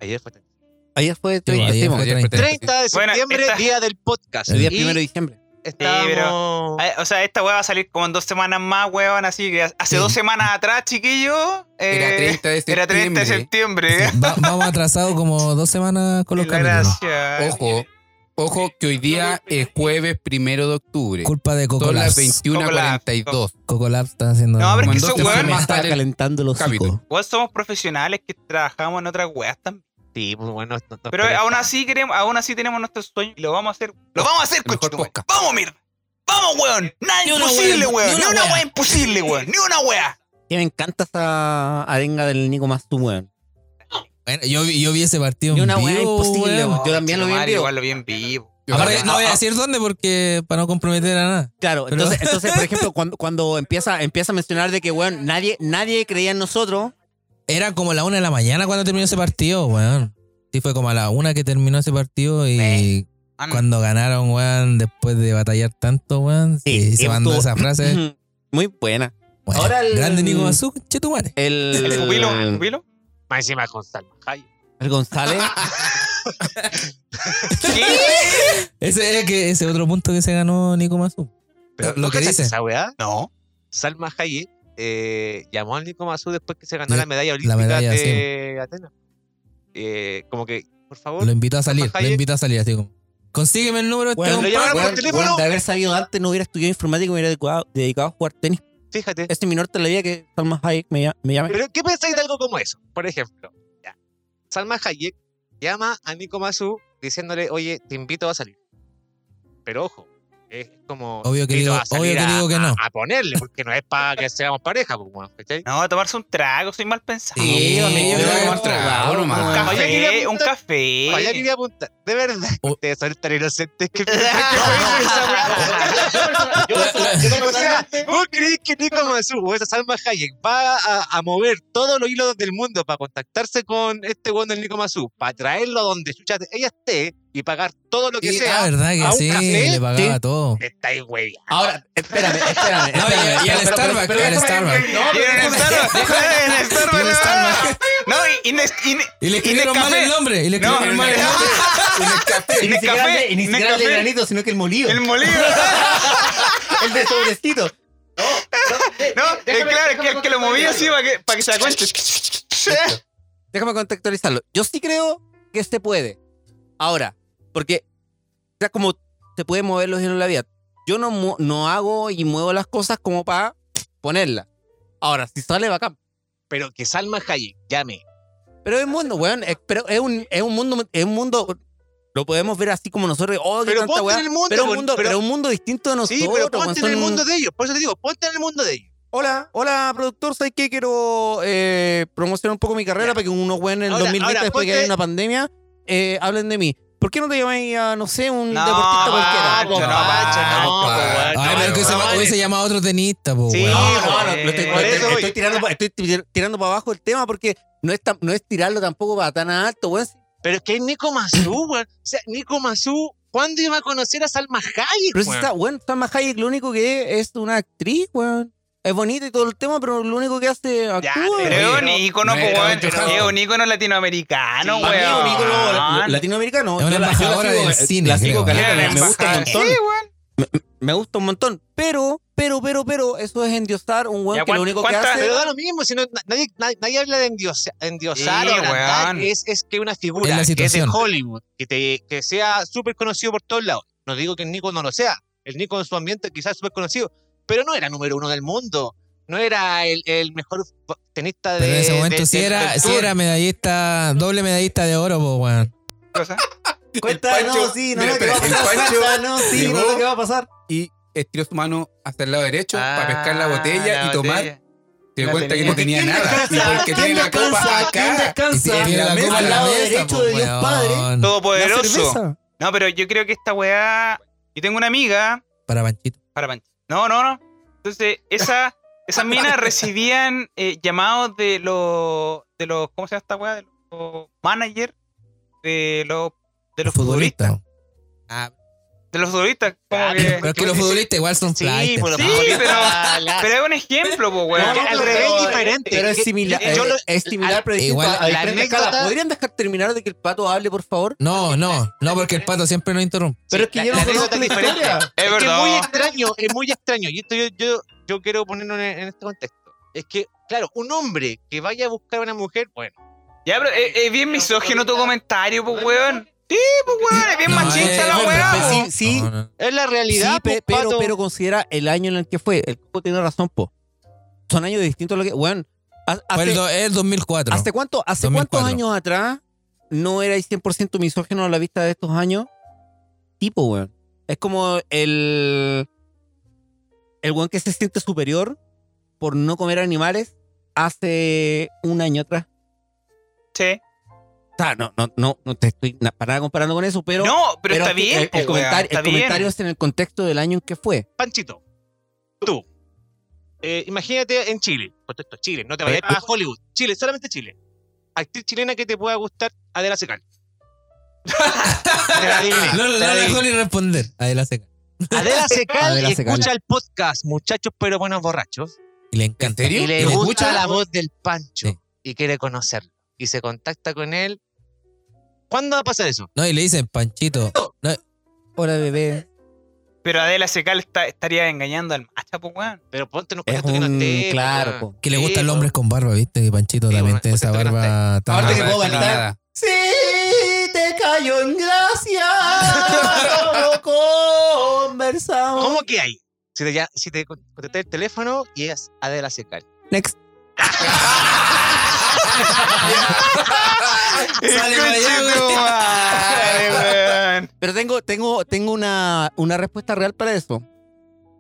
Speaker 2: Ayer
Speaker 4: Eh,
Speaker 2: fue 30.
Speaker 4: Ayer fue
Speaker 3: Sí,
Speaker 4: 30
Speaker 3: ayer
Speaker 4: decimos,
Speaker 3: fue
Speaker 1: Ayer
Speaker 3: 30.
Speaker 1: pertenece.
Speaker 2: 30 de
Speaker 5: Bueno,
Speaker 2: septiembre,
Speaker 5: esta-
Speaker 2: día del podcast.
Speaker 4: el día
Speaker 2: Y
Speaker 4: primero de diciembre.
Speaker 2: estábamos-
Speaker 5: Ah, O sea, esta weá va a salir como en dos semanas más, weón. Así que hace
Speaker 3: Sí.
Speaker 5: dos semanas atrás, chiquillo.
Speaker 1: Era
Speaker 5: eh,
Speaker 1: 30 de septiembre.
Speaker 5: Era 30 de septiembre. <laughs>
Speaker 3: Sí, va- vamos atrasados como dos semanas con los
Speaker 5: La
Speaker 3: capítulos.
Speaker 5: gracia.
Speaker 1: Ojo, ojo que hoy día es jueves primero de octubre.
Speaker 3: Culpa de Coco
Speaker 1: Son las
Speaker 3: Labs.
Speaker 1: 21.42.
Speaker 3: Coco Labs está haciendo.
Speaker 5: No, pero es que
Speaker 1: Cuando
Speaker 5: esos
Speaker 1: te
Speaker 5: weones-
Speaker 1: formas
Speaker 4: Está
Speaker 1: sale-
Speaker 4: calentando los
Speaker 1: capítulo.
Speaker 4: hijos.
Speaker 5: Igual somos profesionales que trabajamos en otras weas también.
Speaker 2: Sí, pues bueno. no- no-
Speaker 5: Pero aún así queremos, aún así tenemos nuestros sueños y lo vamos a hacer. Lo vamos a hacer,
Speaker 1: El mejor
Speaker 5: conchetumare.
Speaker 1: podcast.
Speaker 5: Vamos, mierda. Vamos, weón. Nada
Speaker 3: Ni una
Speaker 5: imposible,
Speaker 3: wea,
Speaker 5: weón.
Speaker 3: ni
Speaker 5: Ni
Speaker 3: una
Speaker 5: una
Speaker 3: wea.
Speaker 5: wea imposible, weón. Ni una wea.
Speaker 4: Que me encanta esa arenga del Nico Mastum, weón.
Speaker 3: Bueno, yo, vi- yo vi ese partido
Speaker 4: Ni
Speaker 3: en
Speaker 4: una weá
Speaker 3: vivo,
Speaker 4: imposible,
Speaker 3: weón.
Speaker 4: weón. Yo también lo vi en
Speaker 5: Conchetumare,
Speaker 4: vivo.
Speaker 5: Igual lo vi en vivo.
Speaker 1: Yo
Speaker 3: Aparte,
Speaker 1: creo-
Speaker 3: no voy a decir dónde porque para no comprometer a nada.
Speaker 4: Claro,
Speaker 3: Pero-
Speaker 4: entonces, entonces, por ejemplo, cuando, cuando empieza, empieza a mencionar de que, weón, nadie, nadie creía en nosotros.
Speaker 3: Era como la una de la mañana cuando terminó ese partido, weón. Sí, fue como a la una que terminó ese partido y
Speaker 5: Eh, Ah, no.
Speaker 3: cuando ganaron, weón, después de batallar tanto, weón,
Speaker 4: Sí,
Speaker 3: sí, se
Speaker 4: estuvo-
Speaker 3: mandó esa frase.
Speaker 4: Muy buena. <laughs>
Speaker 3: Bueno,
Speaker 4: Ahora el-
Speaker 3: Grande Nico Azul, che tu madre.
Speaker 4: El,
Speaker 5: Pupilo, pupilo.
Speaker 2: Más encima con Salma Hayek.
Speaker 4: el González.
Speaker 2: <laughs>
Speaker 3: Ese era que, ese otro punto que se ganó Nico Mazú.
Speaker 2: Pero,
Speaker 3: Lo
Speaker 2: ¿no
Speaker 3: que
Speaker 2: cachas
Speaker 3: dice.
Speaker 2: esa weá?
Speaker 5: No.
Speaker 2: Salma Hayek eh, llamó al Nico Mazú después que se ganó la medalla olímpica
Speaker 3: la medalla,
Speaker 2: de Atenas. Eh, como que, por favor,
Speaker 3: Lo invitó a salir, lo
Speaker 2: Hayek.
Speaker 3: invitó a salir, así como. Consígueme el número de
Speaker 4: Bueno,
Speaker 3: este
Speaker 2: lo llamaron
Speaker 3: compadre.
Speaker 2: por teléfono.
Speaker 4: de haber sabido antes, no hubiera estudiado informática y me hubiera dedicado, dedicado a jugar tenis.
Speaker 2: fíjate.
Speaker 4: Este es mi norte de la vida que Salma Hayek me, lla- me llame.
Speaker 2: Pero, ¿qué pensáis de algo como eso? Por ejemplo, ya, Salma Hayek llama a Nico Mazú diciéndole, oye, te invito a salir. Pero ojo, es como.
Speaker 3: Obvio
Speaker 2: "Te
Speaker 3: que
Speaker 2: invito
Speaker 3: digo-
Speaker 2: a salir
Speaker 3: obvio que
Speaker 2: a-
Speaker 3: digo que
Speaker 2: a-
Speaker 3: no".
Speaker 2: A, ponerle, porque no es para que seamos pareja, pues, weón, ¿cachai?
Speaker 5: No, tomarse un trago, soy mal pensado.
Speaker 3: Sí, amigo, yo
Speaker 1: Yo
Speaker 3: creo
Speaker 1: creo
Speaker 3: que
Speaker 1: que trago
Speaker 5: Un
Speaker 1: nomás.
Speaker 2: Oye, quería
Speaker 5: café, un
Speaker 2: apuntar-
Speaker 5: café.
Speaker 2: Vaya que voy a apuntar. <laughs> De verdad.
Speaker 3: O-
Speaker 2: Ustedes son tan inocentes que piensan que fue esa weá. Yo- yo- O sea, vos creís que Nico Mazú o esa Salma Hayek va a, a mover todos los hilos del mundo para contactarse con este weón del Nico Mazú, para traerlo a donde chucha ella esté y pagar todo lo que
Speaker 3: Y-
Speaker 2: sea.
Speaker 3: ah, verdad
Speaker 2: a
Speaker 3: que
Speaker 2: un
Speaker 3: sí,
Speaker 2: café,
Speaker 3: le pagaba
Speaker 4: sí.
Speaker 2: Eh,
Speaker 3: todo.
Speaker 2: Estáis wey.
Speaker 4: Ahora, espérame, espérame.
Speaker 3: No, y- y al Starbucks, al Starbucks.
Speaker 5: Y en el Starbucks, en el Starbucks,
Speaker 3: Y en el Starbucks.
Speaker 5: No, y, y, Nes- y, Ne-
Speaker 3: Y le
Speaker 5: en
Speaker 3: escribieron
Speaker 5: el
Speaker 3: mal
Speaker 5: café.
Speaker 3: el nombre.
Speaker 4: <laughs>
Speaker 3: Y le
Speaker 5: No,
Speaker 3: escribieron mal el nombre.
Speaker 4: Y ni
Speaker 5: Ni
Speaker 4: siquiera
Speaker 5: café,
Speaker 4: le- y ni
Speaker 5: ni
Speaker 4: siquiera el de
Speaker 5: café.
Speaker 4: granito, sino que el molido.
Speaker 5: el
Speaker 4: El,
Speaker 5: molido.
Speaker 4: <laughs> de sobrecito.
Speaker 5: No, es claro, es que el que lo movía así para que, para que se da
Speaker 4: <laughs>
Speaker 5: cuenta.
Speaker 4: Déjame contextualizarlo. Yo sí creo que se puede. Ahora, porque ya como se puede mover los hilos en la vida. Yo no, mu- no hago y muevo las cosas como para ponerlas. Ahora, si sale, bacán.
Speaker 2: Pero que Salma Hayek llame
Speaker 4: Pero es un mundo, weón. Es, pero es un, es un mundo, es un mundo. Lo podemos ver así como nosotros. Oh, qué
Speaker 2: Pero
Speaker 4: tanta
Speaker 2: ponte
Speaker 4: weá.
Speaker 2: en el mundo,
Speaker 4: pero, un
Speaker 2: weón,
Speaker 4: mundo
Speaker 2: pero-
Speaker 4: pero un mundo distinto de nosotros.
Speaker 2: Sí, pero
Speaker 4: weón,
Speaker 2: ponte en
Speaker 4: son-
Speaker 2: el mundo de ellos. Por eso te digo, ponte en el mundo de ellos.
Speaker 4: Hola, hola, productor. ¿Sabes qué? Quiero eh, promocionar un poco mi carrera para que unos weones en el
Speaker 2: Ahora,
Speaker 4: 2020,
Speaker 2: ahora,
Speaker 4: después de que
Speaker 2: ponte-
Speaker 4: haya una pandemia, eh, hablen de mí. ¿Por qué no te llamáis a, no sé, un
Speaker 5: No,
Speaker 4: deportista cualquiera?
Speaker 5: Pancho,
Speaker 2: Pancho,
Speaker 5: no,
Speaker 2: Pancho, no,
Speaker 1: Pancho.
Speaker 2: pues, weón,
Speaker 3: Ay,
Speaker 2: no,
Speaker 3: pero que hubiese,
Speaker 2: no, vale.
Speaker 3: hubiese llamado a otro tenista, po,
Speaker 2: Sí,
Speaker 3: weón.
Speaker 4: No, no, no,
Speaker 5: Eh,
Speaker 4: lo estoy,
Speaker 5: por
Speaker 4: estoy-
Speaker 2: eso voy.
Speaker 4: estoy tirando, pa- estoy tir- tirando para abajo el tema porque no es, tan- no es tirarlo tampoco para tan alto, weón.
Speaker 2: Pero es que es Nico Mazú, weón. O sea, Nico Mazú, ¿cuándo iba a conocer a Salma Hayek?
Speaker 4: Pero si
Speaker 2: weón?
Speaker 4: está, weón, Salma Hayek lo único que es, es una actriz, weón. Es bonita y todo el tema, pero lo único que hace actúa. weón.
Speaker 5: Pero
Speaker 2: Oye,
Speaker 5: es un
Speaker 2: no,
Speaker 5: ícono,
Speaker 1: no
Speaker 5: po,
Speaker 1: era
Speaker 5: weón.
Speaker 1: Johansson.
Speaker 5: Es un ícono
Speaker 2: Sí,
Speaker 5: latinoamericano, weón.
Speaker 4: Para mí, un ícono
Speaker 5: Ah,
Speaker 4: latinoamericano.
Speaker 3: Es
Speaker 4: Yo
Speaker 3: una
Speaker 4: la- yo la
Speaker 3: embajadora
Speaker 4: sigo- eh,
Speaker 3: del cine,
Speaker 4: La sigo
Speaker 3: creo.
Speaker 4: caleta,
Speaker 5: era
Speaker 4: me, me gusta un
Speaker 5: embajada.
Speaker 4: montón.
Speaker 5: Sí, weón.
Speaker 4: Me gusta un montón. Pero, pero, pero, pero, eso es endiosar un
Speaker 5: Ya,
Speaker 4: weón que lo
Speaker 5: ¿cuán-
Speaker 4: único que
Speaker 5: cuántas-
Speaker 4: hace.
Speaker 2: Pero da lo mismo, si no, na- nadie, na- nadie habla de endiosa- endiosar
Speaker 5: Sí,
Speaker 2: o agradar,
Speaker 5: weón.
Speaker 2: es, es que una figura
Speaker 3: Es la
Speaker 2: que es de
Speaker 3: situación.
Speaker 2: Hollywood, que, te, que sea súper conocido por todos lados. No digo que el Nico no lo sea, el Nico en su ambiente quizás es súper conocido, pero no era número uno del mundo, no era el, el mejor fu- tenista de...
Speaker 3: Pero en ese momento
Speaker 2: de-
Speaker 3: sí,
Speaker 2: del-
Speaker 3: era,
Speaker 2: del
Speaker 3: sí
Speaker 2: tour.
Speaker 3: era medallista, doble medallista de oro, po, weón.
Speaker 5: Cosa.
Speaker 4: Cuenta,
Speaker 1: El Pancho-
Speaker 4: no, sí, no,
Speaker 1: Mira,
Speaker 4: no, ¿qué va a
Speaker 1: espera, el
Speaker 4: pasar?
Speaker 1: Pancho
Speaker 4: Cuenta, no, sí, no,
Speaker 1: llegó-
Speaker 4: no, ¿qué va a pasar?
Speaker 1: Y estiró su mano hasta el lado derecho para pescar la
Speaker 5: Ah,
Speaker 1: botella
Speaker 5: la
Speaker 1: y tomar.
Speaker 5: botella.
Speaker 1: Se dio
Speaker 5: La
Speaker 1: cuenta que
Speaker 5: tenía.
Speaker 1: no tenía
Speaker 4: ¿Quién
Speaker 1: nada. Y
Speaker 4: descansa?
Speaker 1: porque tiene la
Speaker 4: ¿Quién
Speaker 1: copa
Speaker 4: descansa? ¿Quién
Speaker 1: acá.
Speaker 3: Y se
Speaker 4: descansa?
Speaker 1: en
Speaker 3: tiene
Speaker 1: la
Speaker 3: la copa
Speaker 1: mesa,
Speaker 3: en
Speaker 1: al
Speaker 3: la
Speaker 1: lado
Speaker 3: mesa,
Speaker 4: derecho
Speaker 3: po,
Speaker 4: de Dios
Speaker 3: weón.
Speaker 4: Padre. La
Speaker 5: Todopoderoso.
Speaker 4: cerveza.
Speaker 5: No, pero yo creo que esta weá. Yo tengo una amiga.
Speaker 3: Para Panchito.
Speaker 5: Para Pancho. No, no, no. Entonces, eh, esa, esas minas recibían eh, llamados de los. de los. ¿Cómo se llama esta weá? De los managers de los. de los futbolistas.
Speaker 3: futbolistas.
Speaker 5: De los futbolistas, como
Speaker 2: Ah,
Speaker 5: que.
Speaker 3: Pero es que los futbolistas igual son
Speaker 2: Sí,
Speaker 3: flightes,
Speaker 2: por lo
Speaker 5: Sí,
Speaker 3: po.
Speaker 2: futbolistas,
Speaker 5: pero,
Speaker 2: la-
Speaker 5: pero es un ejemplo, pues, weón.
Speaker 4: No, no,
Speaker 2: al
Speaker 4: pero-
Speaker 2: revés diferente.
Speaker 4: Pero es
Speaker 2: Que-
Speaker 4: similar,
Speaker 2: que- yo
Speaker 4: eh,
Speaker 2: lo-
Speaker 4: es similar, pero distinto
Speaker 3: igual,
Speaker 4: a- a
Speaker 2: la
Speaker 4: diferente escala.
Speaker 2: anécdota-
Speaker 4: ¿Podrían dejar terminar de que el pato hable, por favor?
Speaker 3: No, no, no, porque el pato siempre nos interrumpe.
Speaker 4: Pero es que
Speaker 2: la-
Speaker 4: yo
Speaker 2: la
Speaker 4: no conozco
Speaker 2: anécdota
Speaker 4: la
Speaker 2: es diferente.
Speaker 4: historia.
Speaker 5: Es
Speaker 2: Es que es
Speaker 5: verdad.
Speaker 2: muy extraño, es muy extraño. Y esto yo, yo, yo quiero ponerlo en, en este contexto. Es que, claro, un hombre que vaya a buscar a una mujer, bueno,
Speaker 5: Ya, pero eh, es, es bien misógino tu comentario, pues, weón. Sí, pues, weón, es bien
Speaker 3: No,
Speaker 5: machista
Speaker 3: eh,
Speaker 5: la
Speaker 3: no,
Speaker 5: weá.
Speaker 3: pero
Speaker 4: Sí,
Speaker 5: po.
Speaker 4: sí,
Speaker 3: No, no.
Speaker 2: es la realidad.
Speaker 4: Sí, pe-
Speaker 2: pues,
Speaker 4: pero,
Speaker 2: Pato.
Speaker 4: pero considera el año en el que fue. El Coco tiene razón, po. Son años distintos a lo que. Weón, ha-
Speaker 3: Fue el,
Speaker 4: hace,
Speaker 3: do- el 2004.
Speaker 4: ¿hace cuánto, hace
Speaker 3: 2004.
Speaker 4: cuántos años atrás no erais 100% misógeno a la vista de estos años? Tipo, weón. Es como el. El weón que se siente superior por no comer animales hace un año atrás.
Speaker 5: Sí.
Speaker 4: O sea, no, no, no, no te estoy na- para nada comparando con eso, pero.
Speaker 5: no, pero, está
Speaker 4: es que
Speaker 5: bien,
Speaker 4: El, el
Speaker 5: po,
Speaker 2: pues,
Speaker 5: weón,
Speaker 4: comentario,
Speaker 5: está
Speaker 4: el
Speaker 5: bien.
Speaker 4: comentario es en el contexto del año en que fue.
Speaker 2: Panchito, tú, eh, imagínate en Chile, contexto Chile, no te vayas a Hollywood, Chile, solamente Chile. Actriz chilena que te pueda gustar, Adela Secal. Te la adiviné,
Speaker 3: No, no,
Speaker 2: te la
Speaker 3: no
Speaker 2: adiviné.
Speaker 3: dejó ni responder. Ahí la seca.
Speaker 2: Adela Secal
Speaker 4: Adela Secal.
Speaker 2: escucha el podcast, muchachos, pero buenos borrachos.
Speaker 3: Y le encanta.
Speaker 1: ¿En serio?
Speaker 2: Y le
Speaker 3: ¿Lo
Speaker 2: gusta
Speaker 3: escucha?
Speaker 2: la voz del Pancho
Speaker 3: Sí.
Speaker 2: y quiere conocerlo. Y se contacta con él. ¿Cuándo va a pasar eso?
Speaker 3: No, y le dicen, Panchito.
Speaker 4: Hola, bebé.
Speaker 5: Pero Adela Secal está- estaría engañando al macha, pues, weón.
Speaker 2: Pero ponte unos
Speaker 4: Es
Speaker 2: contextos que
Speaker 4: un-
Speaker 2: no esté.
Speaker 4: claro,
Speaker 2: weón.
Speaker 4: po.
Speaker 3: Que le gusta
Speaker 2: Sí,
Speaker 3: el
Speaker 2: po.
Speaker 3: hombre con barba, ¿viste? Y Panchito
Speaker 2: Sí,
Speaker 3: también
Speaker 2: bueno,
Speaker 3: tiene esa
Speaker 2: pues, esto
Speaker 3: barba tan-
Speaker 1: Ahora
Speaker 4: Aparte
Speaker 1: te
Speaker 4: que puedo cantar. Sí, te cayó en gracia. Como conversamos.
Speaker 2: ¿Cómo que hay? Si te, ya- si te con- contesté el teléfono y es Adela Secal.
Speaker 4: Next.
Speaker 3: Sale para allá, güey.
Speaker 5: weón.
Speaker 4: Pero tengo, tengo, tengo una, una respuesta real para eso.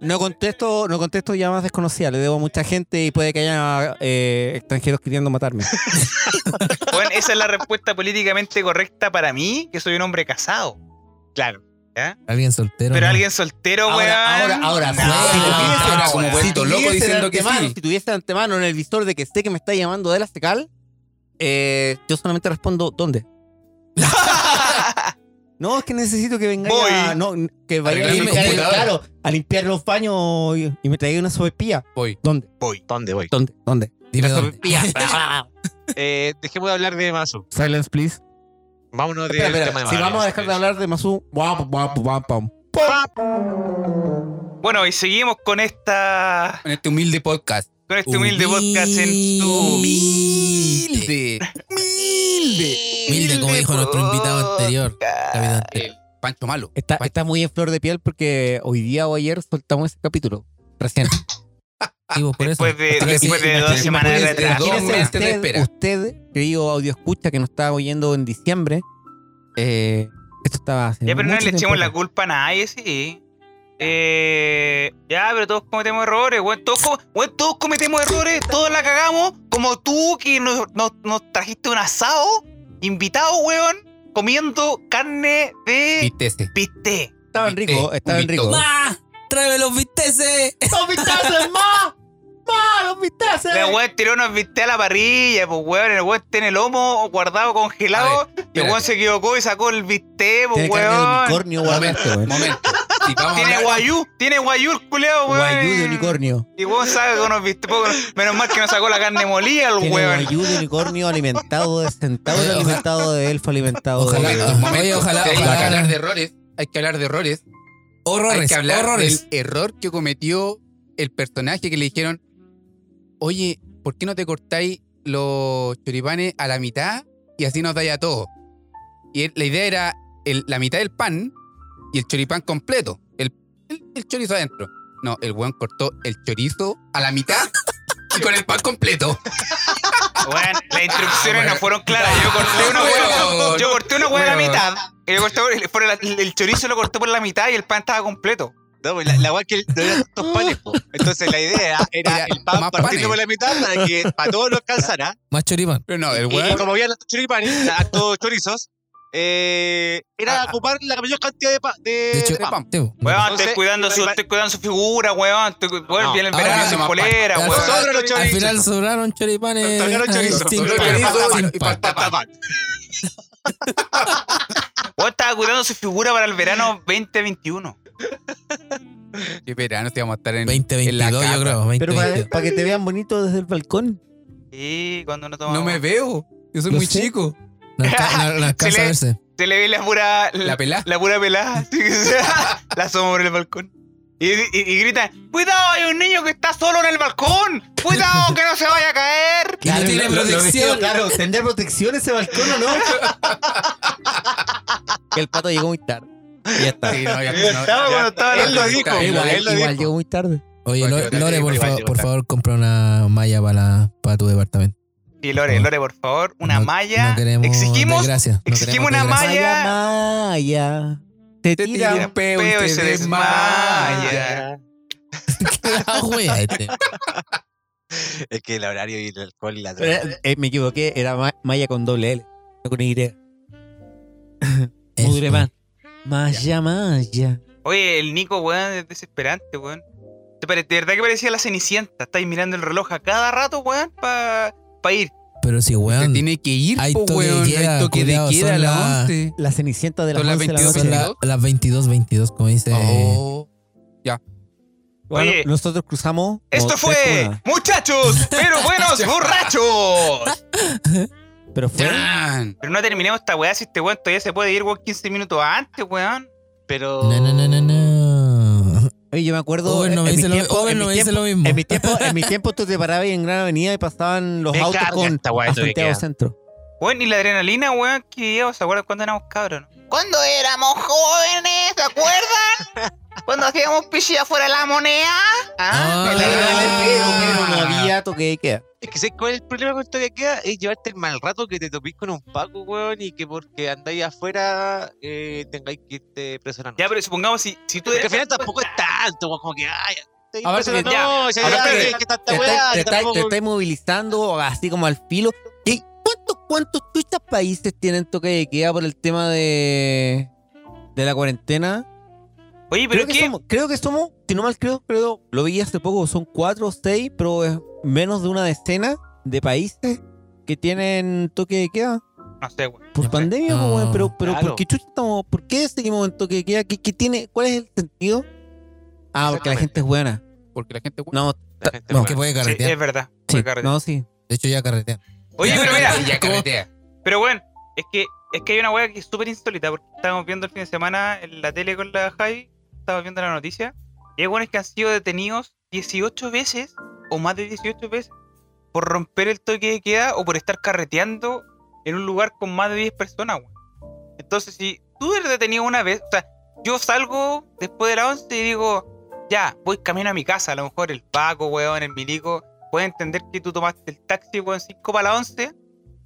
Speaker 4: No contesto, no contesto llamadas desconocidas. Le debo a mucha gente y puede que haya eh, extranjeros queriendo matarme.
Speaker 5: Weón, esa es la respuesta políticamente correcta para mí, que soy un hombre casado.
Speaker 2: Claro.
Speaker 3: Alguien soltero.
Speaker 5: Pero
Speaker 3: ¿no?
Speaker 5: alguien soltero,
Speaker 4: Ahora,
Speaker 5: weón.
Speaker 4: ahora, ahora.
Speaker 1: No, era como vuelto loco
Speaker 4: tuviese
Speaker 1: diciendo
Speaker 4: de
Speaker 1: que
Speaker 4: antemano,
Speaker 1: sí.
Speaker 4: Si tuviese de antemano en el visor de que sé que me está llamando de la secal, eh, yo solamente respondo, ¿dónde? no, es que necesito que vengáis
Speaker 5: Voy.
Speaker 4: a... No, que vaya y
Speaker 1: Arreglar
Speaker 4: me
Speaker 1: mi
Speaker 4: traiga-
Speaker 1: computadora.
Speaker 4: claro, a limpiar los baños y, y me traiga una sopepilla.
Speaker 1: Voy.
Speaker 4: ¿Dónde?
Speaker 2: Voy. ¿Dónde voy?
Speaker 4: ¿Dónde? ¿Dónde?
Speaker 3: Dime dónde.
Speaker 2: <laughs> Eh, dejemos de hablar de Mazo.
Speaker 4: Silence, please.
Speaker 2: Vámonos del
Speaker 4: Espera, espera,
Speaker 2: tema de
Speaker 4: Si
Speaker 2: Mazo.
Speaker 4: vamos a dejar de hablar de Masu, guap, guap, guap, pam.
Speaker 5: Bueno, y seguimos con esta.
Speaker 1: En este humilde podcast.
Speaker 5: Con este humilde podcast en tu.
Speaker 1: Humilde. Humilde.
Speaker 3: Humilde, como dijo nuestro invitado anterior. capitán anterior.
Speaker 1: Pancho malo.
Speaker 4: Está, está muy en flor de piel porque hoy día o ayer soltamos ese capítulo. Recién.
Speaker 3: Sí, vos, por eso.
Speaker 5: Después de,
Speaker 3: Hasta que
Speaker 5: después
Speaker 3: sí,
Speaker 5: de dos
Speaker 3: imagínate,
Speaker 5: semanas de
Speaker 1: imagínate,
Speaker 5: retraso.
Speaker 1: dos
Speaker 4: Imagínese
Speaker 1: meses
Speaker 4: usted,
Speaker 1: de espera.
Speaker 4: usted, querido audio escucha que nos estaba oyendo en diciembre. eh, esto estaba hace
Speaker 5: Ya, pero no
Speaker 4: mucho
Speaker 5: le echemos
Speaker 4: tiempo
Speaker 5: la
Speaker 4: atrás.
Speaker 5: culpa a nadie, sí. Eh, ya, pero todos cometemos errores, weón. Todos, co- weón, todos cometemos errores, todos la cagamos. Como tú que nos, nos- nos trajiste un asado, invitado, weón, comiendo carne de
Speaker 1: Viste ese.
Speaker 5: piste.
Speaker 4: Estaban
Speaker 1: Viste,
Speaker 4: ricos, estaban
Speaker 1: un
Speaker 4: ricos.
Speaker 1: visto.
Speaker 3: ¡Ma! ¡Ah! ¡Tráeme los visteces!
Speaker 4: ¡Los vistaces, ma! ¡Ma, los vistaces!
Speaker 5: La weón tiró unos viste a la parrilla, pues weón. El weón tiene el lomo guardado, congelado. y el
Speaker 1: espérate.
Speaker 5: weón se equivocó y sacó el viste,
Speaker 4: Tiene
Speaker 5: pues
Speaker 4: que haber un
Speaker 5: weón.
Speaker 4: unicornio guardado, weón.
Speaker 1: Momento. Si vamos a
Speaker 5: Tiene
Speaker 1: hablar-
Speaker 5: guayú, tiene guayú el culeo, weón.
Speaker 4: Guayú de unicornio.
Speaker 5: Y vos sabes que nos viste poco. Menos mal que no sacó la carne molida el
Speaker 4: Tiene
Speaker 5: weón.
Speaker 4: guayú de unicornio alimentado de centauro,
Speaker 3: Ojalá-
Speaker 4: alimentado de elfo, alimentado
Speaker 3: Ojalá-
Speaker 4: de...
Speaker 1: Momento, momento.
Speaker 3: Oye, ojalá-
Speaker 1: Si hay
Speaker 3: ojalá-
Speaker 1: que hablar de errores. Hay que hablar de errores. Hay
Speaker 3: Horrores,
Speaker 1: que hablar
Speaker 3: horrores.
Speaker 1: del error que cometió el personaje que le dijeron, oye, ¿por qué no te cortáis los choripanes a la mitad y así nos dais a todos? Y él- la idea era el- la mitad del pan y el choripán completo, el, el- el chorizo adentro. No, el weón cortó el chorizo a la mitad y con el pan completo.
Speaker 5: Weón, las instrucciones no fueron claras. Yo corté una
Speaker 1: Weón.
Speaker 5: weón. Yo corté una weón a la
Speaker 1: Weón.
Speaker 5: mitad. y yo corté por- por la- el chorizo lo corté por la mitad y el pan estaba completo.
Speaker 2: No, pues, la, la weá que no eran tantos panes, po. Entonces la idea
Speaker 1: Era
Speaker 4: <laughs>
Speaker 2: era el pan
Speaker 1: más panes.
Speaker 2: partido por la mitad para que para todos nos
Speaker 4: <laughs>
Speaker 2: alcanzara.
Speaker 3: Más choripán.
Speaker 1: Pero no, el
Speaker 2: Y, y
Speaker 1: weón...
Speaker 2: como había tantos choripanes, tantos chorizos, eh,
Speaker 4: Ah.
Speaker 2: era ocupar la mayor cantidad de, pa- de,
Speaker 3: De hecho,
Speaker 2: de pan.
Speaker 3: sí, vos.
Speaker 5: Weón, estoy
Speaker 2: Entonces,
Speaker 5: cuidando su,
Speaker 2: igual-
Speaker 5: estoy cuidando su figura, weón. Estoy, cu- weón
Speaker 2: No,
Speaker 5: viene el
Speaker 3: ahora
Speaker 5: verano
Speaker 3: viene
Speaker 5: sin
Speaker 1: más pan.
Speaker 5: polera,
Speaker 3: Ahora
Speaker 5: weón.
Speaker 2: Sobran los
Speaker 3: Al
Speaker 2: chorizos.
Speaker 3: final sobraron choripanes.
Speaker 2: Sobraron
Speaker 3: ah,
Speaker 2: chorizos.
Speaker 3: sin
Speaker 1: Sobraron
Speaker 3: pan,
Speaker 1: chorizos
Speaker 3: sin
Speaker 1: y
Speaker 3: pan.
Speaker 2: Falta pan.
Speaker 5: Weón estaba cuidando su figura para el verano 2021.
Speaker 1: Qué verano, si vamos a estar en, en la
Speaker 3: 2022,
Speaker 1: casa.
Speaker 3: yo creo.
Speaker 4: Pero para,
Speaker 3: 2022.
Speaker 4: para que te vean bonito desde el balcón.
Speaker 5: Y cuando no tomamos.
Speaker 1: No me veo, yo soy
Speaker 4: Lo
Speaker 1: muy
Speaker 4: sé.
Speaker 1: chico.
Speaker 3: No alca- no- no alcanza a
Speaker 5: le-
Speaker 3: verse.
Speaker 5: Se le ve la pura.
Speaker 1: La pelá.
Speaker 5: La pura pelada. <laughs> así que se- la asoma por el balcón. Y, y, y grita, cuidado, hay un niño que está solo en el balcón. Cuidado, que no se vaya a caer.
Speaker 3: Y no tiene
Speaker 4: lo- lo- lo vestido,
Speaker 3: protección.
Speaker 4: claro, ¿tendrá protección ese balcón o no? que el pato llegó muy tarde. Y Ya <laughs> está.
Speaker 1: Sí, no, ya-
Speaker 5: Yo
Speaker 1: no,
Speaker 5: estaba
Speaker 1: ya-
Speaker 5: cuando estaba en
Speaker 2: Él lo
Speaker 5: el-
Speaker 2: dijo,
Speaker 1: Igual,
Speaker 2: igual, él lo
Speaker 4: igual
Speaker 2: dijo.
Speaker 4: llegó muy tarde.
Speaker 3: Oye,
Speaker 1: Porque
Speaker 3: Lo-
Speaker 1: yo te
Speaker 3: Lore,
Speaker 1: digo,
Speaker 3: por,
Speaker 1: igual
Speaker 3: fa-
Speaker 1: yo
Speaker 3: por
Speaker 1: también.
Speaker 3: favor, compra una malla para, la- para tu departamento.
Speaker 5: Y Lore, Lore, por favor, una
Speaker 3: No-
Speaker 5: malla.
Speaker 3: no queremos
Speaker 5: Exigimos
Speaker 3: desgracia, no
Speaker 5: exigimos
Speaker 3: queremos
Speaker 5: una
Speaker 3: desgracia.
Speaker 5: malla. Maya.
Speaker 4: Maya. Te
Speaker 1: Te
Speaker 4: tira.
Speaker 1: tira un peo y
Speaker 5: peo y
Speaker 1: te
Speaker 5: se
Speaker 1: desmaya.
Speaker 5: desmaya.
Speaker 3: La wea, este.
Speaker 2: Es que el horario y el alcohol y la droga.
Speaker 4: Eh, eh, me equivoqué, era ma- Maya con doble L, no con Y.
Speaker 3: Eso.
Speaker 4: Mugre man. Maya, Maya.
Speaker 5: Oye, el Nico, weón, es desesperante, weón. Te pare- De verdad que parecía la Cenicienta. Estáis mirando el reloj a cada rato, weón, para ir.
Speaker 3: Pero si,
Speaker 1: Te
Speaker 3: weón,
Speaker 1: tiene que ir,
Speaker 3: Hay
Speaker 1: po,
Speaker 3: toque de
Speaker 1: weón.
Speaker 3: queda,
Speaker 1: Hay toque de
Speaker 3: culiao,
Speaker 1: queda a
Speaker 3: son
Speaker 1: la
Speaker 3: la-
Speaker 1: 11.
Speaker 4: La cenicienta de las
Speaker 1: Son las
Speaker 4: 11 de la
Speaker 1: 22
Speaker 4: noche.
Speaker 3: son la- las 22, 22, como dice.
Speaker 1: Oh.
Speaker 4: Bueno,
Speaker 5: Oye.
Speaker 4: nosotros cruzamos. como
Speaker 5: Esto
Speaker 4: tres
Speaker 5: fue,
Speaker 4: cunas,
Speaker 5: muchachos, pero buenos borrachos.
Speaker 4: Pero fue.
Speaker 1: Chan.
Speaker 5: Pero no terminemos esta
Speaker 4: eh,
Speaker 5: weá si este weón todavía se puede ir, weón, 15 minutos antes, weón.
Speaker 2: Pero.
Speaker 3: No, no, no, no, no.
Speaker 4: Oye, yo me acuerdo.
Speaker 3: Over no me
Speaker 4: en mis
Speaker 3: dice lo-
Speaker 4: tiempos-
Speaker 3: Over
Speaker 4: en
Speaker 3: no
Speaker 4: mis
Speaker 3: me dice
Speaker 4: tiempos-
Speaker 3: lo mismo.
Speaker 4: En mis tiempos, en mis tiempos tú te parabas en Gran Avenida y pasaban los
Speaker 2: Me
Speaker 4: autos
Speaker 2: carga
Speaker 4: con
Speaker 2: esta weá,
Speaker 4: a
Speaker 2: eso que
Speaker 4: Santiago
Speaker 2: queda.
Speaker 4: Centro.
Speaker 5: Weón, y la adrenalina, weón, que ¿se acuerdan cuando éramos cabros? no?
Speaker 6: Cuando éramos jóvenes, ¿se acuerdan?
Speaker 5: <laughs>
Speaker 6: Cuando hacíamos pichi afuera de la moneda.
Speaker 3: Ah.
Speaker 6: me la regalaste,
Speaker 2: Ah.
Speaker 4: Pero no
Speaker 6: pero no.
Speaker 4: había toque de queda.
Speaker 2: Es que ¿sabes cuál es el problema con esto que queda? Es llevarte el mal rato que te topís con un paco, weón, y que porque andáis afuera eh, tengáis que irte preso en la noche.
Speaker 5: Ya, pero supongamos si, si tú
Speaker 2: Porque
Speaker 5: eres.
Speaker 2: al final tampoco es tanto, weón, como que, ay, te
Speaker 1: A ver,
Speaker 2: preso en la
Speaker 5: ya,
Speaker 2: noche,
Speaker 4: ahora
Speaker 2: ya,
Speaker 4: te-
Speaker 2: que- que tanta
Speaker 4: Te
Speaker 2: weá,
Speaker 4: estás te
Speaker 2: y
Speaker 4: estás-
Speaker 2: tampoco-
Speaker 4: te estás movilizando así como al filo. ¿Qué? ¿Cuántos, cuántos chuchas países tienen toque de queda por el tema de, de la cuarentena?
Speaker 5: Oye, pero
Speaker 4: Creo que,
Speaker 5: ¿qué?
Speaker 4: somos, creo que somos, si no mal creo, creo, lo vi hace poco, son cuatro o seis, pero es menos de una decena de países que tienen toque de queda.
Speaker 5: No sé, weón.
Speaker 4: Pues
Speaker 5: No sé.
Speaker 4: pandemia, pues, weón,
Speaker 3: No.
Speaker 4: pero, pero
Speaker 2: Claro.
Speaker 4: ¿por, qué chucha estamos, ¿por qué este seguimos en toque de queda? ¿Qué, qué tiene, ¿Cuál es el sentido? Ah, porque la
Speaker 2: Exactamente.
Speaker 4: gente es buena.
Speaker 1: Porque la gente.
Speaker 4: No,
Speaker 2: La gente,
Speaker 3: No,
Speaker 2: weón.
Speaker 3: que puede
Speaker 5: Sí,
Speaker 3: carretear.
Speaker 5: es verdad.
Speaker 3: Sí,
Speaker 5: fue carrete.
Speaker 4: no, sí.
Speaker 3: De hecho, ya carretean.
Speaker 5: Oye, pero mira,
Speaker 1: Y ya carretea.
Speaker 5: pero weón, es que, es que hay una weá que es súper insólita porque estábamos viendo el fin de semana en la tele con la Javi, estábamos viendo la noticia, y hay weones que han sido detenidos 18 veces o más de 18 veces por romper el toque de queda o por estar carreteando en un lugar con más de 10 personas, weón. Entonces, si tú eres detenido una vez, o sea, yo salgo después de la 11 y digo, ya, voy camino a mi casa, a lo mejor el Paco, weón, el Milico, puede entender que tú tomaste el taxi, weón, 5 para la 11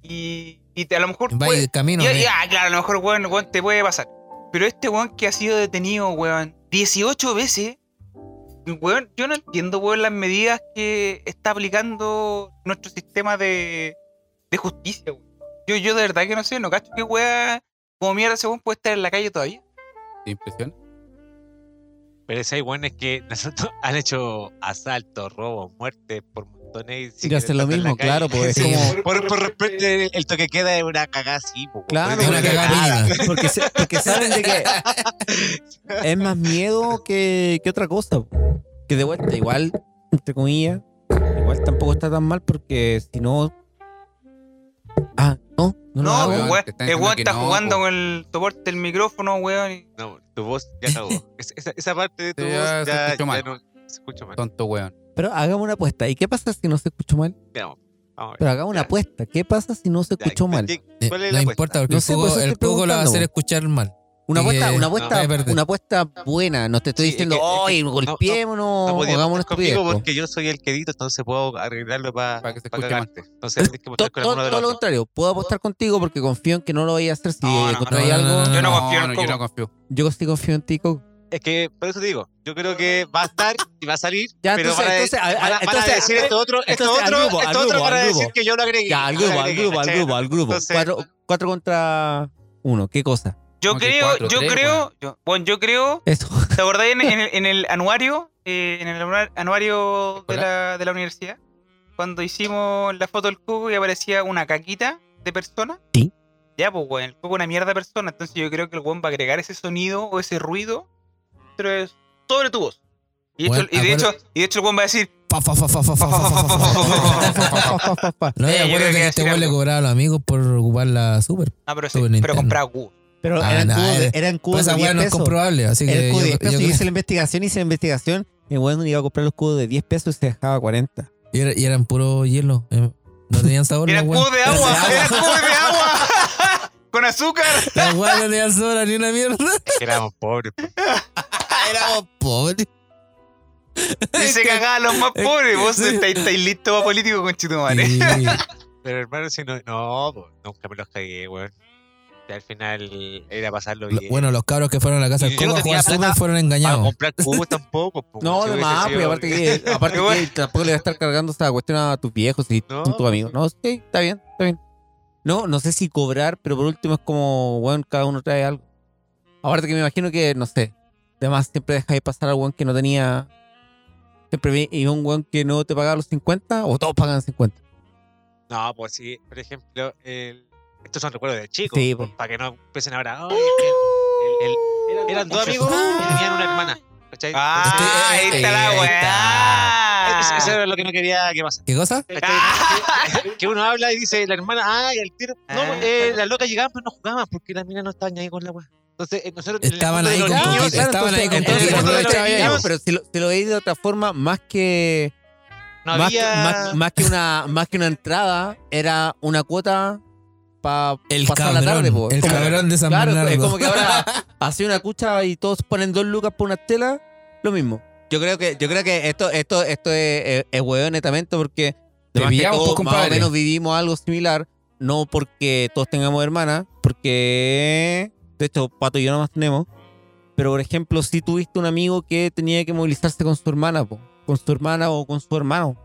Speaker 5: y, y te- a lo mejor...
Speaker 3: Va
Speaker 5: puede-
Speaker 3: el camino.
Speaker 5: ya,
Speaker 3: eh.
Speaker 5: ya, claro, a lo mejor, weón, weón, te puede pasar. Pero este weón que ha sido detenido, weón, 18 veces, weón, yo no entiendo, weón, las medidas que está aplicando nuestro sistema de, de justicia, weón. Yo, yo de verdad que no sé, no cacho que weón, como mierda ese weón puede estar en la calle todavía.
Speaker 1: ¿Te impresiona?
Speaker 2: Pero ese weón es que <laughs> nosotros han hecho asaltos, robos, muertes por montones. y
Speaker 4: Y
Speaker 2: siguen
Speaker 4: hacer lo
Speaker 2: estando en la
Speaker 4: mismo,
Speaker 2: calle.
Speaker 4: claro, pues es
Speaker 3: Sí.
Speaker 4: como.
Speaker 2: Por, por respeto, el, el toque queda es una cagada así, po, weón.
Speaker 4: Claro,
Speaker 2: Porque-
Speaker 3: una cagada mínima.
Speaker 4: Porque, se- porque saben
Speaker 2: <laughs>
Speaker 4: de que es más miedo que, que otra cosa. Que de vuelta, igual, entre comillas, igual tampoco está tan mal porque si no. Ah, no, no, lo
Speaker 5: No,
Speaker 4: hago.
Speaker 1: weón,
Speaker 5: weón,
Speaker 1: te están
Speaker 5: el
Speaker 1: diciendo
Speaker 5: weón
Speaker 1: que
Speaker 5: está
Speaker 1: no,
Speaker 5: jugando
Speaker 1: po.
Speaker 5: con el soporte del micrófono, weón. y-
Speaker 2: No, tu voz ya
Speaker 4: <laughs>
Speaker 2: acabó. Es- esa, esa parte de tu
Speaker 1: Sí,
Speaker 2: voz
Speaker 1: ya
Speaker 2: ya,
Speaker 1: se escuchó
Speaker 2: ya
Speaker 1: mal.
Speaker 2: no- se escucha mal.
Speaker 1: Tonto, weón.
Speaker 4: Pero hagamos una apuesta. ¿Y qué pasa si no se escuchó mal?
Speaker 2: Veamos, vamos a ver.
Speaker 4: Pero hagamos una
Speaker 2: Ya,
Speaker 4: apuesta. ¿Qué pasa si no
Speaker 2: ya,
Speaker 4: se escuchó
Speaker 2: ¿qué-
Speaker 4: mal?
Speaker 2: qué-
Speaker 3: Eh,
Speaker 2: ¿Cuál es
Speaker 3: no
Speaker 2: la apuesta?
Speaker 3: importa, porque
Speaker 4: No
Speaker 3: el
Speaker 4: sé,
Speaker 3: jugo,
Speaker 4: pues, estoy
Speaker 3: el jugo la va a hacer
Speaker 4: preguntando.
Speaker 3: escuchar mal.
Speaker 4: Una
Speaker 3: Sí,
Speaker 4: apuesta,
Speaker 3: eh,
Speaker 4: una
Speaker 3: no,
Speaker 4: apuesta,
Speaker 3: es verdad.
Speaker 4: una apuesta buena. No te estoy
Speaker 2: Sí, es que-
Speaker 4: diciendo,
Speaker 2: es que
Speaker 4: oye,
Speaker 2: no- no-
Speaker 4: golpeémonos,
Speaker 2: No podía
Speaker 4: hagamos una
Speaker 2: contar conmigo
Speaker 4: estupidez.
Speaker 2: porque yo soy el que edito, entonces puedo arreglarlo para
Speaker 1: Para que se escuche mal.
Speaker 2: Entonces tienes que
Speaker 4: To-
Speaker 2: mostrar con
Speaker 4: to-
Speaker 2: alguno de
Speaker 4: Todo
Speaker 2: los
Speaker 4: lo
Speaker 2: dos.
Speaker 4: contrario, puedo apostar contigo porque confío en que no lo vayas a hacer. Si
Speaker 5: No, no,
Speaker 4: encontráis
Speaker 3: no,
Speaker 4: algo,
Speaker 3: no, no,
Speaker 5: Yo no confío en
Speaker 1: no,
Speaker 5: el
Speaker 1: yo no
Speaker 5: Coco.
Speaker 1: confío.
Speaker 4: yo sí confío en ti, Coco.
Speaker 2: Es que, por eso te digo, yo creo que va a estar y va a salir,
Speaker 4: Ya,
Speaker 2: pero
Speaker 4: entonces,
Speaker 2: van a,
Speaker 4: entonces, a- a-
Speaker 2: van a- van a
Speaker 4: entonces,
Speaker 2: decir esto otro, esto
Speaker 4: entonces, al
Speaker 2: otro,
Speaker 4: grupo, al
Speaker 2: esto otro
Speaker 4: grupo,
Speaker 2: para
Speaker 4: al
Speaker 2: decir
Speaker 4: grupo.
Speaker 2: que yo lo agregué.
Speaker 4: Ya, al
Speaker 2: yo lo
Speaker 4: grupo, al
Speaker 2: agregué,
Speaker 4: grupo, al
Speaker 2: ¿cachai?
Speaker 4: grupo, al grupo.
Speaker 2: Entonces-
Speaker 4: Cuatro, cuatro contra uno, ¿qué cosa?
Speaker 5: Yo
Speaker 1: No, que
Speaker 5: creo,
Speaker 1: cuatro,
Speaker 5: yo
Speaker 1: tres,
Speaker 5: creo, yo, bueno, yo creo,
Speaker 4: Eso.
Speaker 5: ¿te acordáis en, en el- en el anuario, eh, en el anua- anuario de la, de la universidad? Cuando hicimos la foto del cubo y aparecía una caquita de persona.
Speaker 4: Sí.
Speaker 5: Ya, pues, weón, el cubo es una mierda de persona, entonces yo creo que el weón va a agregar ese sonido o ese ruido pero es sobre tu voz. Y de,
Speaker 3: Weón,
Speaker 5: hecho, y, de
Speaker 3: acuérdate-
Speaker 5: hecho, y de hecho el weón va a decir,
Speaker 3: Fa, fa, fa, fa, <laughs> fa, fa, fa, fa, fa, fa. No,
Speaker 5: Eh, yo
Speaker 3: ya
Speaker 5: creo que
Speaker 3: acuérdate que este
Speaker 5: decir
Speaker 3: weón le
Speaker 5: algo.
Speaker 3: cobraba a los amigos por ocupar la super. Pues
Speaker 5: ah, pero, sí,
Speaker 3: Sobre
Speaker 5: pero
Speaker 3: Nintendo.
Speaker 5: compraba cubo.
Speaker 4: Pero
Speaker 3: Ah,
Speaker 4: eran
Speaker 3: nah,
Speaker 4: cubos de-
Speaker 3: eh,
Speaker 4: eran
Speaker 3: Pero
Speaker 4: cubos de
Speaker 3: esa
Speaker 4: 10
Speaker 3: weá no es
Speaker 4: pesos.
Speaker 3: comprobable, así
Speaker 4: Eran
Speaker 3: que
Speaker 4: cubos
Speaker 3: yo,
Speaker 4: de 10
Speaker 3: yo
Speaker 4: pesos.
Speaker 3: creo-
Speaker 4: Yo hice la investigación, hice la investigación. El bueno iba a comprar los cubos de 10 pesos y se dejaba 40.
Speaker 3: y era- y eran puro hielo. eh, No tenían sabor.
Speaker 5: Era
Speaker 3: la
Speaker 5: cubo de agua, era cubo de agua. Con azúcar.
Speaker 3: <laughs> La weá no tenían sabor a ni una mierda.
Speaker 2: Que éramos pobres. po.
Speaker 3: Éramos pobres.
Speaker 5: Y se cagaban los más pobres. Vos estáis estáis listo para político con Chitumare.
Speaker 3: Sí.
Speaker 2: Pero hermano, si no, no, po, nunca me los cagué, weón. Y al final era pasarlo bien.
Speaker 3: Bueno, los cabros que fueron a la casa del
Speaker 2: Yo no
Speaker 3: Coco a
Speaker 2: tenía
Speaker 3: jugar super
Speaker 2: plata
Speaker 3: fueron
Speaker 2: Para
Speaker 3: engañados.
Speaker 2: comprar cubos tampoco, po,
Speaker 4: <laughs> No,
Speaker 2: si
Speaker 4: de
Speaker 2: hubiese
Speaker 4: más,
Speaker 2: sido- <laughs>
Speaker 4: pues aparte que, aparte que
Speaker 5: Igual.
Speaker 4: tampoco le va a estar cargando esa cuestión a tus viejos y
Speaker 2: No,
Speaker 4: son tus amigos. No, sí, está bien, está bien. No, no sé si cobrar, pero por último es como, bueno, cada uno trae algo. Aparte que me imagino que, no sé, además siempre dejáis pasar al weón que no tenía. Siempre vi- iba un weón que no te pagaba los 50 o todos pagan 50.
Speaker 2: No, pues sí, por ejemplo, el- estos son recuerdos de chicos.
Speaker 4: Sí, pues.
Speaker 2: Para que no empiecen ahora. "Ay, el- el- el- eran dos amigos y tenían una hermana. ¿cachai?
Speaker 5: Ah,
Speaker 2: eh,
Speaker 5: eh, ahí está la
Speaker 1: Ahí
Speaker 5: weá.
Speaker 2: Entonces, Eso era lo que no quería que pasara.
Speaker 3: ¿Qué cosa?
Speaker 2: ¿cachai? Que uno habla y dice la hermana, ay, el tiro. No,
Speaker 5: Ah.
Speaker 2: eh, las locas llegaban, pero no jugaban porque las minas no estaban ahí con la weá. Entonces, eh, nosotros en el
Speaker 3: Estaban
Speaker 2: mundo de
Speaker 3: ahí
Speaker 2: los
Speaker 3: con
Speaker 2: niños,
Speaker 3: poquito-
Speaker 2: claro,
Speaker 3: estaban ahí con
Speaker 2: entonces,
Speaker 3: poquito.
Speaker 2: cuando
Speaker 4: Aprovechaba
Speaker 2: los
Speaker 4: ya,
Speaker 2: niños-
Speaker 4: pero si lo, si lo veis de otra forma, más que
Speaker 2: no
Speaker 4: más,
Speaker 2: había...
Speaker 4: más- más que una más que una entrada era una cuota para
Speaker 3: El
Speaker 4: pasar la tarde po.
Speaker 3: cabrón. El
Speaker 4: Como-
Speaker 3: cabrón de San
Speaker 4: claro es como
Speaker 3: Bernardo.
Speaker 4: que ahora hace una cucha y todos ponen dos lucas por una tela lo mismo yo creo que yo creo que esto esto esto es, es, es hueveo netamente porque
Speaker 1: Te
Speaker 4: además que
Speaker 1: pillamos,
Speaker 4: todos
Speaker 1: pues,
Speaker 4: más o
Speaker 1: compadre.
Speaker 4: menos vivimos algo similar no porque todos tengamos hermanas porque de hecho pato y yo nomás tenemos pero por ejemplo, si tuviste un amigo que tenía que movilizarse con su hermana, po, con su hermana o con su hermano.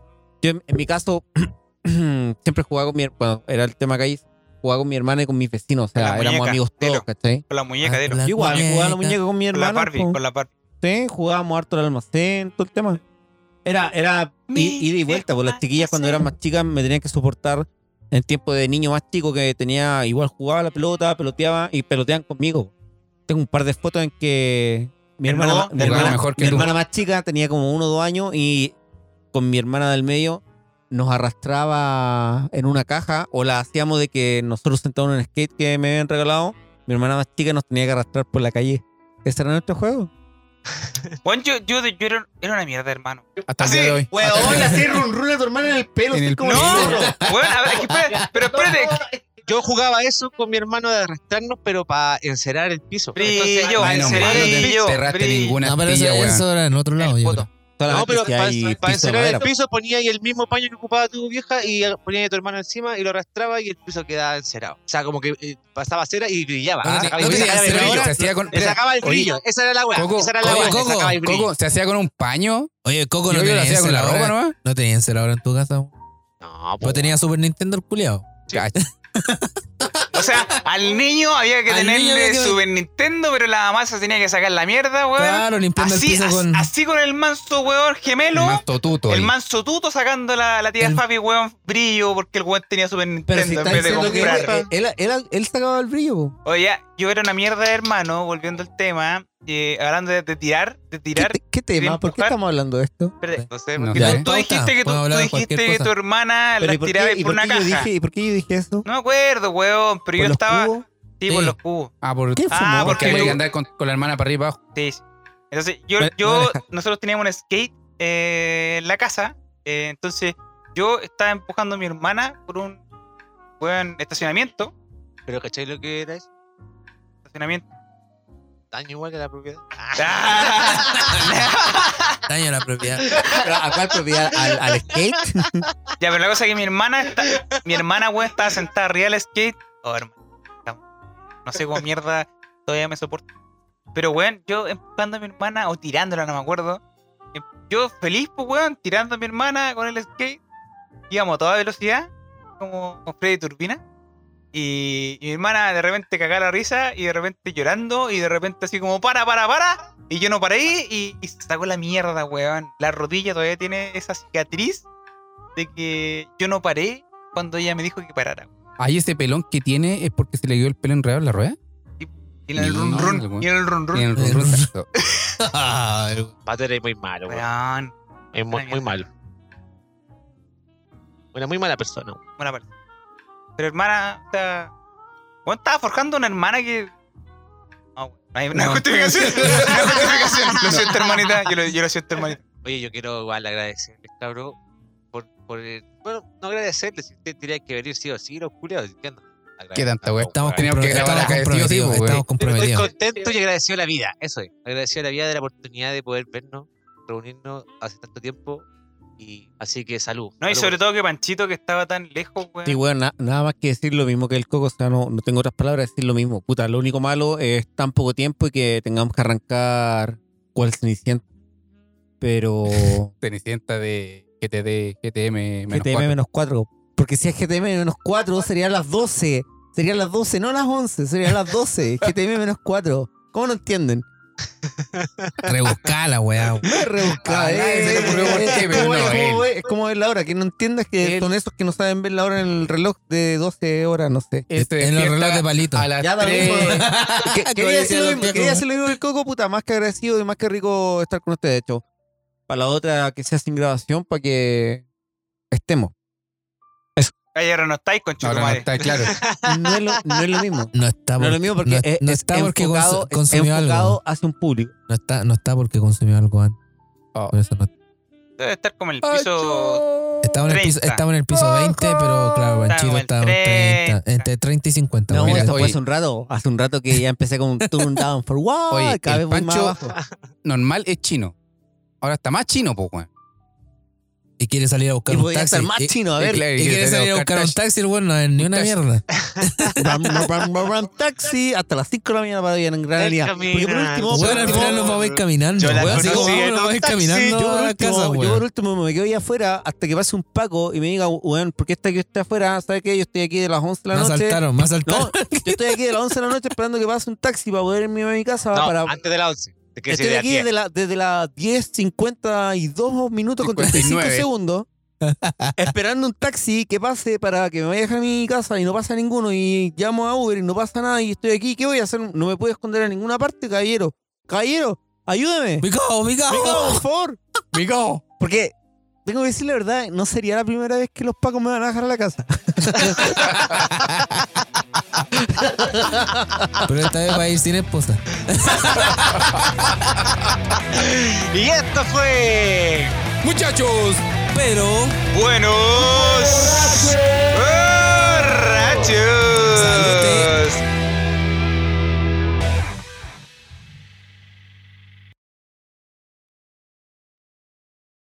Speaker 4: Yo en, en mi caso <clears throat> siempre jugaba con mi hermano, bueno, era el tema que ahí jugaba con mi hermana y con mis vecinos, o
Speaker 5: Con
Speaker 4: sea,
Speaker 5: la
Speaker 4: éramos
Speaker 5: muñeca,
Speaker 4: amigos todos,
Speaker 5: Delo.
Speaker 4: ¿cachai?
Speaker 5: Con la muñeca, Dero.
Speaker 3: La
Speaker 4: Yo igual
Speaker 3: muñeca.
Speaker 4: jugaba a la muñeca con mi
Speaker 5: Con la
Speaker 4: hermana,
Speaker 5: Barbie,
Speaker 4: po.
Speaker 5: con la Barbie.
Speaker 4: Sí, jugábamos harto al almacén, todo el tema. Era, era i- ida y vuelta, porque las chiquillas cuando eran más chicas me tenían que soportar en tiempo de niño más chico que tenía, igual jugaba la pelota, peloteaba y peloteaban conmigo. Tengo un par de fotos en que mi
Speaker 5: El
Speaker 4: hermana,
Speaker 5: nudo,
Speaker 4: mi
Speaker 5: el nudo
Speaker 4: hermana,
Speaker 1: mejor que
Speaker 4: mi
Speaker 1: tú.
Speaker 4: hermana más chica tenía como uno o dos años y con mi hermana del medio nos arrastraba en una caja o la hacíamos de que nosotros sentábamos en un skate que me habían regalado, mi hermana más chica nos tenía que arrastrar por la calle. ¿Ese era nuestro juego?
Speaker 5: Bueno, yo, yo, yo era, era una mierda, hermano.
Speaker 1: Hasta el día de hoy.
Speaker 4: Weón, le hacía run run a tu hermana en el pelo.
Speaker 1: En
Speaker 4: así
Speaker 1: el
Speaker 4: como
Speaker 5: No,
Speaker 4: perro.
Speaker 5: bueno, a ver, es que espérate, pero espérate.
Speaker 2: Yo jugaba eso con mi hermano de arrastrarnos, pero para encerar el piso. Entonces,
Speaker 5: Brillo,
Speaker 1: Menos mal, no te
Speaker 5: brillo,
Speaker 1: enterraste
Speaker 5: brillo.
Speaker 1: ninguna
Speaker 3: No, pero eso,
Speaker 1: astilla, weón.
Speaker 3: eso era en otro lado.
Speaker 5: El
Speaker 3: yo
Speaker 5: poto.
Speaker 3: creo.
Speaker 2: no,
Speaker 4: Solamente
Speaker 2: pero
Speaker 4: si
Speaker 2: para,
Speaker 4: hay piso de
Speaker 2: encerar
Speaker 4: madera.
Speaker 2: el piso ponía ahí el mismo paño que ocupaba tu vieja y ponía ahí a tu hermano encima y lo arrastraba y el piso quedaba encerado. O sea, como que eh, pasaba cera y brillaba.
Speaker 1: No,
Speaker 2: sacaba,
Speaker 1: no
Speaker 2: y
Speaker 1: tenía
Speaker 2: sacaba el
Speaker 1: cera,
Speaker 2: brillo.
Speaker 1: se hacía con-
Speaker 2: Le sacaba el
Speaker 1: Oye,
Speaker 2: brillo. esa era la weá.
Speaker 1: Coco,
Speaker 2: Esa era la weá.
Speaker 1: Coco,
Speaker 2: Le sacaba el brillo.
Speaker 1: Coco, se hacía con un paño.
Speaker 3: Oye, Coco,
Speaker 1: Yo
Speaker 3: no
Speaker 1: creo que lo
Speaker 3: tenías
Speaker 1: hacía con la ropa
Speaker 3: celadora.
Speaker 1: nomás.
Speaker 3: No tenías celadora en tu casa. weón.
Speaker 2: No, pues, po,
Speaker 3: Vos tenías Super Nintendo el culiao.
Speaker 1: Cacha.
Speaker 5: O sea, al niño había que
Speaker 3: Al niño había
Speaker 5: tenerle
Speaker 3: que-
Speaker 5: Super Nintendo, pero la mamá se tenía que sacar la mierda, weón.
Speaker 3: Claro, limpiando el
Speaker 5: así,
Speaker 3: piso
Speaker 5: as-
Speaker 3: con.
Speaker 5: así con el manso, weón,
Speaker 1: El
Speaker 5: gemelo.
Speaker 1: manso tuto.
Speaker 5: El
Speaker 1: ahí.
Speaker 5: manso tuto sacando la, la tía
Speaker 3: El-
Speaker 5: Fabi, weón, brillo, porque el weón tenía Super
Speaker 4: Pero si
Speaker 5: Nintendo
Speaker 4: está
Speaker 5: en vez de
Speaker 4: diciendo que
Speaker 5: comprar.
Speaker 3: Eh,
Speaker 4: él, él- él- él sacaba el brillo. po.
Speaker 5: Oye, ya, yo era una mierda, hermano, volviendo al tema, eh, hablando de, de tirar,
Speaker 4: ¿Qué,
Speaker 5: de tirar.
Speaker 4: te- qué tema? ¿Por qué
Speaker 5: empujar.
Speaker 4: estamos hablando de esto?
Speaker 5: Espérate,
Speaker 2: No sé,
Speaker 1: No.
Speaker 2: porque-
Speaker 5: que
Speaker 1: Ya,
Speaker 5: tú,
Speaker 1: ¿eh?
Speaker 5: tú
Speaker 3: Pauta,
Speaker 5: dijiste que, tú,
Speaker 3: podemos
Speaker 5: tú
Speaker 3: hablar de
Speaker 5: dijiste
Speaker 3: cualquier
Speaker 5: que
Speaker 3: cosa.
Speaker 5: tu hermana la
Speaker 4: ¿y por,
Speaker 5: tiraba
Speaker 4: qué, y
Speaker 5: por
Speaker 4: por
Speaker 5: una
Speaker 4: qué yo
Speaker 5: caja.
Speaker 4: dije, ¿Y por qué yo dije eso?
Speaker 5: No me acuerdo, weón, pero
Speaker 4: ¿Por
Speaker 5: yo
Speaker 4: los
Speaker 5: estaba.
Speaker 4: cubos?
Speaker 5: Sí, por
Speaker 3: Sí.
Speaker 5: los cubos.
Speaker 1: Ah, por-
Speaker 4: ¿Quién
Speaker 5: Ah,
Speaker 1: porque
Speaker 4: fumó?
Speaker 5: porque
Speaker 1: había
Speaker 5: tú-
Speaker 1: que andar con, con la hermana para arriba y abajo.
Speaker 5: Sí, sí. Entonces, yo,
Speaker 3: Me- me
Speaker 5: yo
Speaker 3: deja.
Speaker 5: nosotros teníamos un skate eh, en la casa. eh, entonces, yo estaba empujando a mi hermana por un buen estacionamiento.
Speaker 2: Pero ¿cachai lo que era eso?
Speaker 5: Estacionamiento.
Speaker 4: <laughs>
Speaker 5: <laughs>
Speaker 2: Daño igual que la propiedad.
Speaker 3: Daño a la propiedad.
Speaker 4: Pero, ¿A cuál propiedad? ¿Al, al skate?
Speaker 5: Ya, pero la cosa es que mi hermana, está- mi hermana, weón, estaba sentada arriba del skate. Oh, hermano. No sé cómo mierda todavía me soporta. Pero, weón, yo empujando a mi hermana o tirándola, no me acuerdo. em- Yo feliz, pues, weón, tirando a mi hermana con el skate. Íbamos a toda velocidad, como con Freddy Turbina. Y, y mi hermana de repente cagaba la risa y de repente llorando y de repente así como para, para, para. Y yo no paré y, y se sacó la mierda, weón. La rodilla todavía tiene esa cicatriz de que yo no paré cuando ella me dijo que parara.
Speaker 1: Ahí ese pelón que tiene es porque se le dio el pelo enredado en la rueda.
Speaker 5: Y en el
Speaker 1: Sí,
Speaker 5: run run,
Speaker 1: weón.
Speaker 5: y en el run run.
Speaker 1: Tiene el run, run, exacto.
Speaker 3: Ay, weón.
Speaker 2: Pato era muy malo, weón.
Speaker 5: Weón,
Speaker 2: Es muy, muy malo. Una muy mala persona. weón.
Speaker 5: buena parte. Pero hermana, o sea, weón, estaba forjando una hermana que... No, weón, no hay no hay justificación. No hay justificación. Lo siento, hermanita. Yo lo, yo lo siento, hermanita.
Speaker 2: Oye, yo quiero igual agradecerles, cabrón, por, por el- Bueno, no agradecerles, si ustedes tenían que venir sí o sí, los culiados, entiendo.
Speaker 1: Qué tanta weá.
Speaker 3: Estamos,
Speaker 1: Teníamos
Speaker 3: compro-
Speaker 1: que grabar
Speaker 3: estamos
Speaker 1: acá, sí o sí,
Speaker 3: comprometidos.
Speaker 1: weón.
Speaker 3: estamos
Speaker 2: Estoy
Speaker 3: comprometidos.
Speaker 2: contento y agradecido a la vida, eso es. Agradecido a la vida de la oportunidad de poder vernos, reunirnos hace tanto tiempo. Y así que salud.
Speaker 5: No, y
Speaker 2: Salud.
Speaker 5: sobre todo que Panchito, que estaba tan lejos, weón.
Speaker 4: Sí, bueno, nada más que decir lo mismo que el coco. O sea, no, no tengo otras palabras, decir lo mismo. Puta, lo único malo es tan poco tiempo y que tengamos que arrancar cual cenicienta. Pero.
Speaker 1: Cenicienta de GTD, GTM, menos
Speaker 4: GTM
Speaker 1: cuatro.
Speaker 4: menos 4. Porque si es GTM menos 4, serían las 12. Serían las 12, no las 11, serían las 12. GTM menos 4. ¿Cómo no entienden?
Speaker 3: Rebuscala, weá.
Speaker 4: No es
Speaker 1: A
Speaker 4: rebuscada,
Speaker 1: nadie se le ocurrió por qué,
Speaker 4: eh. es,
Speaker 1: pero
Speaker 4: como,
Speaker 1: no,
Speaker 4: es como
Speaker 1: él.
Speaker 4: ver- es como ver la hora. Que no entiendas que
Speaker 1: Él-
Speaker 4: son esos que no saben ver la hora en el reloj de 12 horas, no sé.
Speaker 1: Él se
Speaker 3: En los
Speaker 1: Este despierta
Speaker 3: relojes de palito.
Speaker 1: A las
Speaker 4: Ya da
Speaker 1: tres.
Speaker 4: mismo. <laughs> Que-
Speaker 3: Como
Speaker 4: quería
Speaker 3: decía
Speaker 4: decir lo
Speaker 3: Don
Speaker 4: mismo,
Speaker 3: Diego.
Speaker 4: quería decir lo mismo del coco, puta, más que agradecido y más que rico estar con ustedes, de hecho. Para la otra que sea sin grabación, para que estemos. Eso.
Speaker 5: Ayer no estáis con
Speaker 1: No, no, no, está claro.
Speaker 4: No es lo, no es lo mismo.
Speaker 3: No está,
Speaker 4: No
Speaker 3: por-
Speaker 4: es lo mismo porque
Speaker 3: no,
Speaker 4: es,
Speaker 3: no
Speaker 4: es
Speaker 3: está porque
Speaker 4: enfocado,
Speaker 3: cons- consumió
Speaker 4: es enfocado
Speaker 3: algo.
Speaker 4: hacia un público.
Speaker 3: No está, no está porque consumió algo antes.
Speaker 1: Oh.
Speaker 3: Por eso no está.
Speaker 5: Debe estar como en el piso.
Speaker 3: Estaba en el piso,
Speaker 5: 30.
Speaker 3: estaba en el piso 20, pero claro, Banchito estaba
Speaker 5: Estaba
Speaker 3: en
Speaker 5: en
Speaker 3: 30,
Speaker 5: 30.
Speaker 3: entre 30 y 50.
Speaker 4: No,
Speaker 3: bueno,
Speaker 1: mira,
Speaker 4: esto
Speaker 1: oye.
Speaker 4: fue hace un rato. Hace un rato que ya empecé con un turn down for wow.
Speaker 1: Oye,
Speaker 4: cada
Speaker 1: el
Speaker 4: vez voy más
Speaker 1: Pancho-
Speaker 4: abajo.
Speaker 1: Normal es chino. Ahora está más chino, pues, weón.
Speaker 3: y quiere salir a buscar
Speaker 4: Y
Speaker 3: un
Speaker 4: podía
Speaker 3: taxi.
Speaker 4: estar más
Speaker 3: Y,
Speaker 4: chino, a
Speaker 1: eh,
Speaker 4: ver.
Speaker 1: claro,
Speaker 3: y
Speaker 1: yo
Speaker 3: quiere
Speaker 1: te
Speaker 3: salir a
Speaker 1: debo
Speaker 3: buscar un
Speaker 1: taxi.
Speaker 3: taxi, el bueno, no es ni una
Speaker 1: taxi.
Speaker 3: mierda.
Speaker 4: Ram, ram, ram, ram, ram, taxi hasta las 5 de la mañana para ir en Gran
Speaker 2: Ay,
Speaker 4: Alianza.
Speaker 2: camina.
Speaker 4: Porque por último,
Speaker 3: Bueno, al
Speaker 4: por
Speaker 3: final nos
Speaker 4: último-
Speaker 3: vamos a ir caminando.
Speaker 2: Yo la
Speaker 3: weón, así como
Speaker 2: conocí
Speaker 3: vamos,
Speaker 2: en un
Speaker 3: nos vamos a ir
Speaker 2: taxi,
Speaker 3: caminando
Speaker 4: yo,
Speaker 3: a
Speaker 4: por
Speaker 3: la
Speaker 4: último,
Speaker 3: casa,
Speaker 4: yo
Speaker 3: weón.
Speaker 4: por último me quedo ahí afuera hasta que pase un Paco y me diga, weón, ¿por qué está aquí usted afuera? ¿Sabe qué? Yo estoy aquí de las 11 de la
Speaker 3: Me
Speaker 4: noche.
Speaker 3: asaltaron, me asaltaron. <laughs>
Speaker 4: No, yo estoy aquí de las 11 de la noche esperando que pase un taxi para poder irme a mi casa.
Speaker 2: No,
Speaker 4: para...
Speaker 2: antes de la 11. Te quiero decir
Speaker 4: Estoy
Speaker 2: de
Speaker 4: aquí desde, la, desde las 10, 52 minutos con 35
Speaker 1: 59.
Speaker 4: segundos. esperando un taxi que pase para que me vaya a dejar a mi casa y no pasa ninguno. Y llamo a Uber y no pasa nada. Y estoy aquí. ¿Qué voy a hacer? No me puedo esconder a ninguna parte, caballero. Caballero, ayúdeme.
Speaker 3: Mico,
Speaker 4: Venga,
Speaker 3: Mico.
Speaker 4: por favor.
Speaker 1: Mico.
Speaker 4: Porque tengo que decir la verdad, no sería la primera vez que los pacos me van a dejar a la casa.
Speaker 3: Pero esta vez va a ir sin esposa.
Speaker 2: Y esto fue.
Speaker 1: Muchachos,
Speaker 3: Pero.
Speaker 5: Buenos.
Speaker 2: ¡Borrachos!
Speaker 5: Borrachos.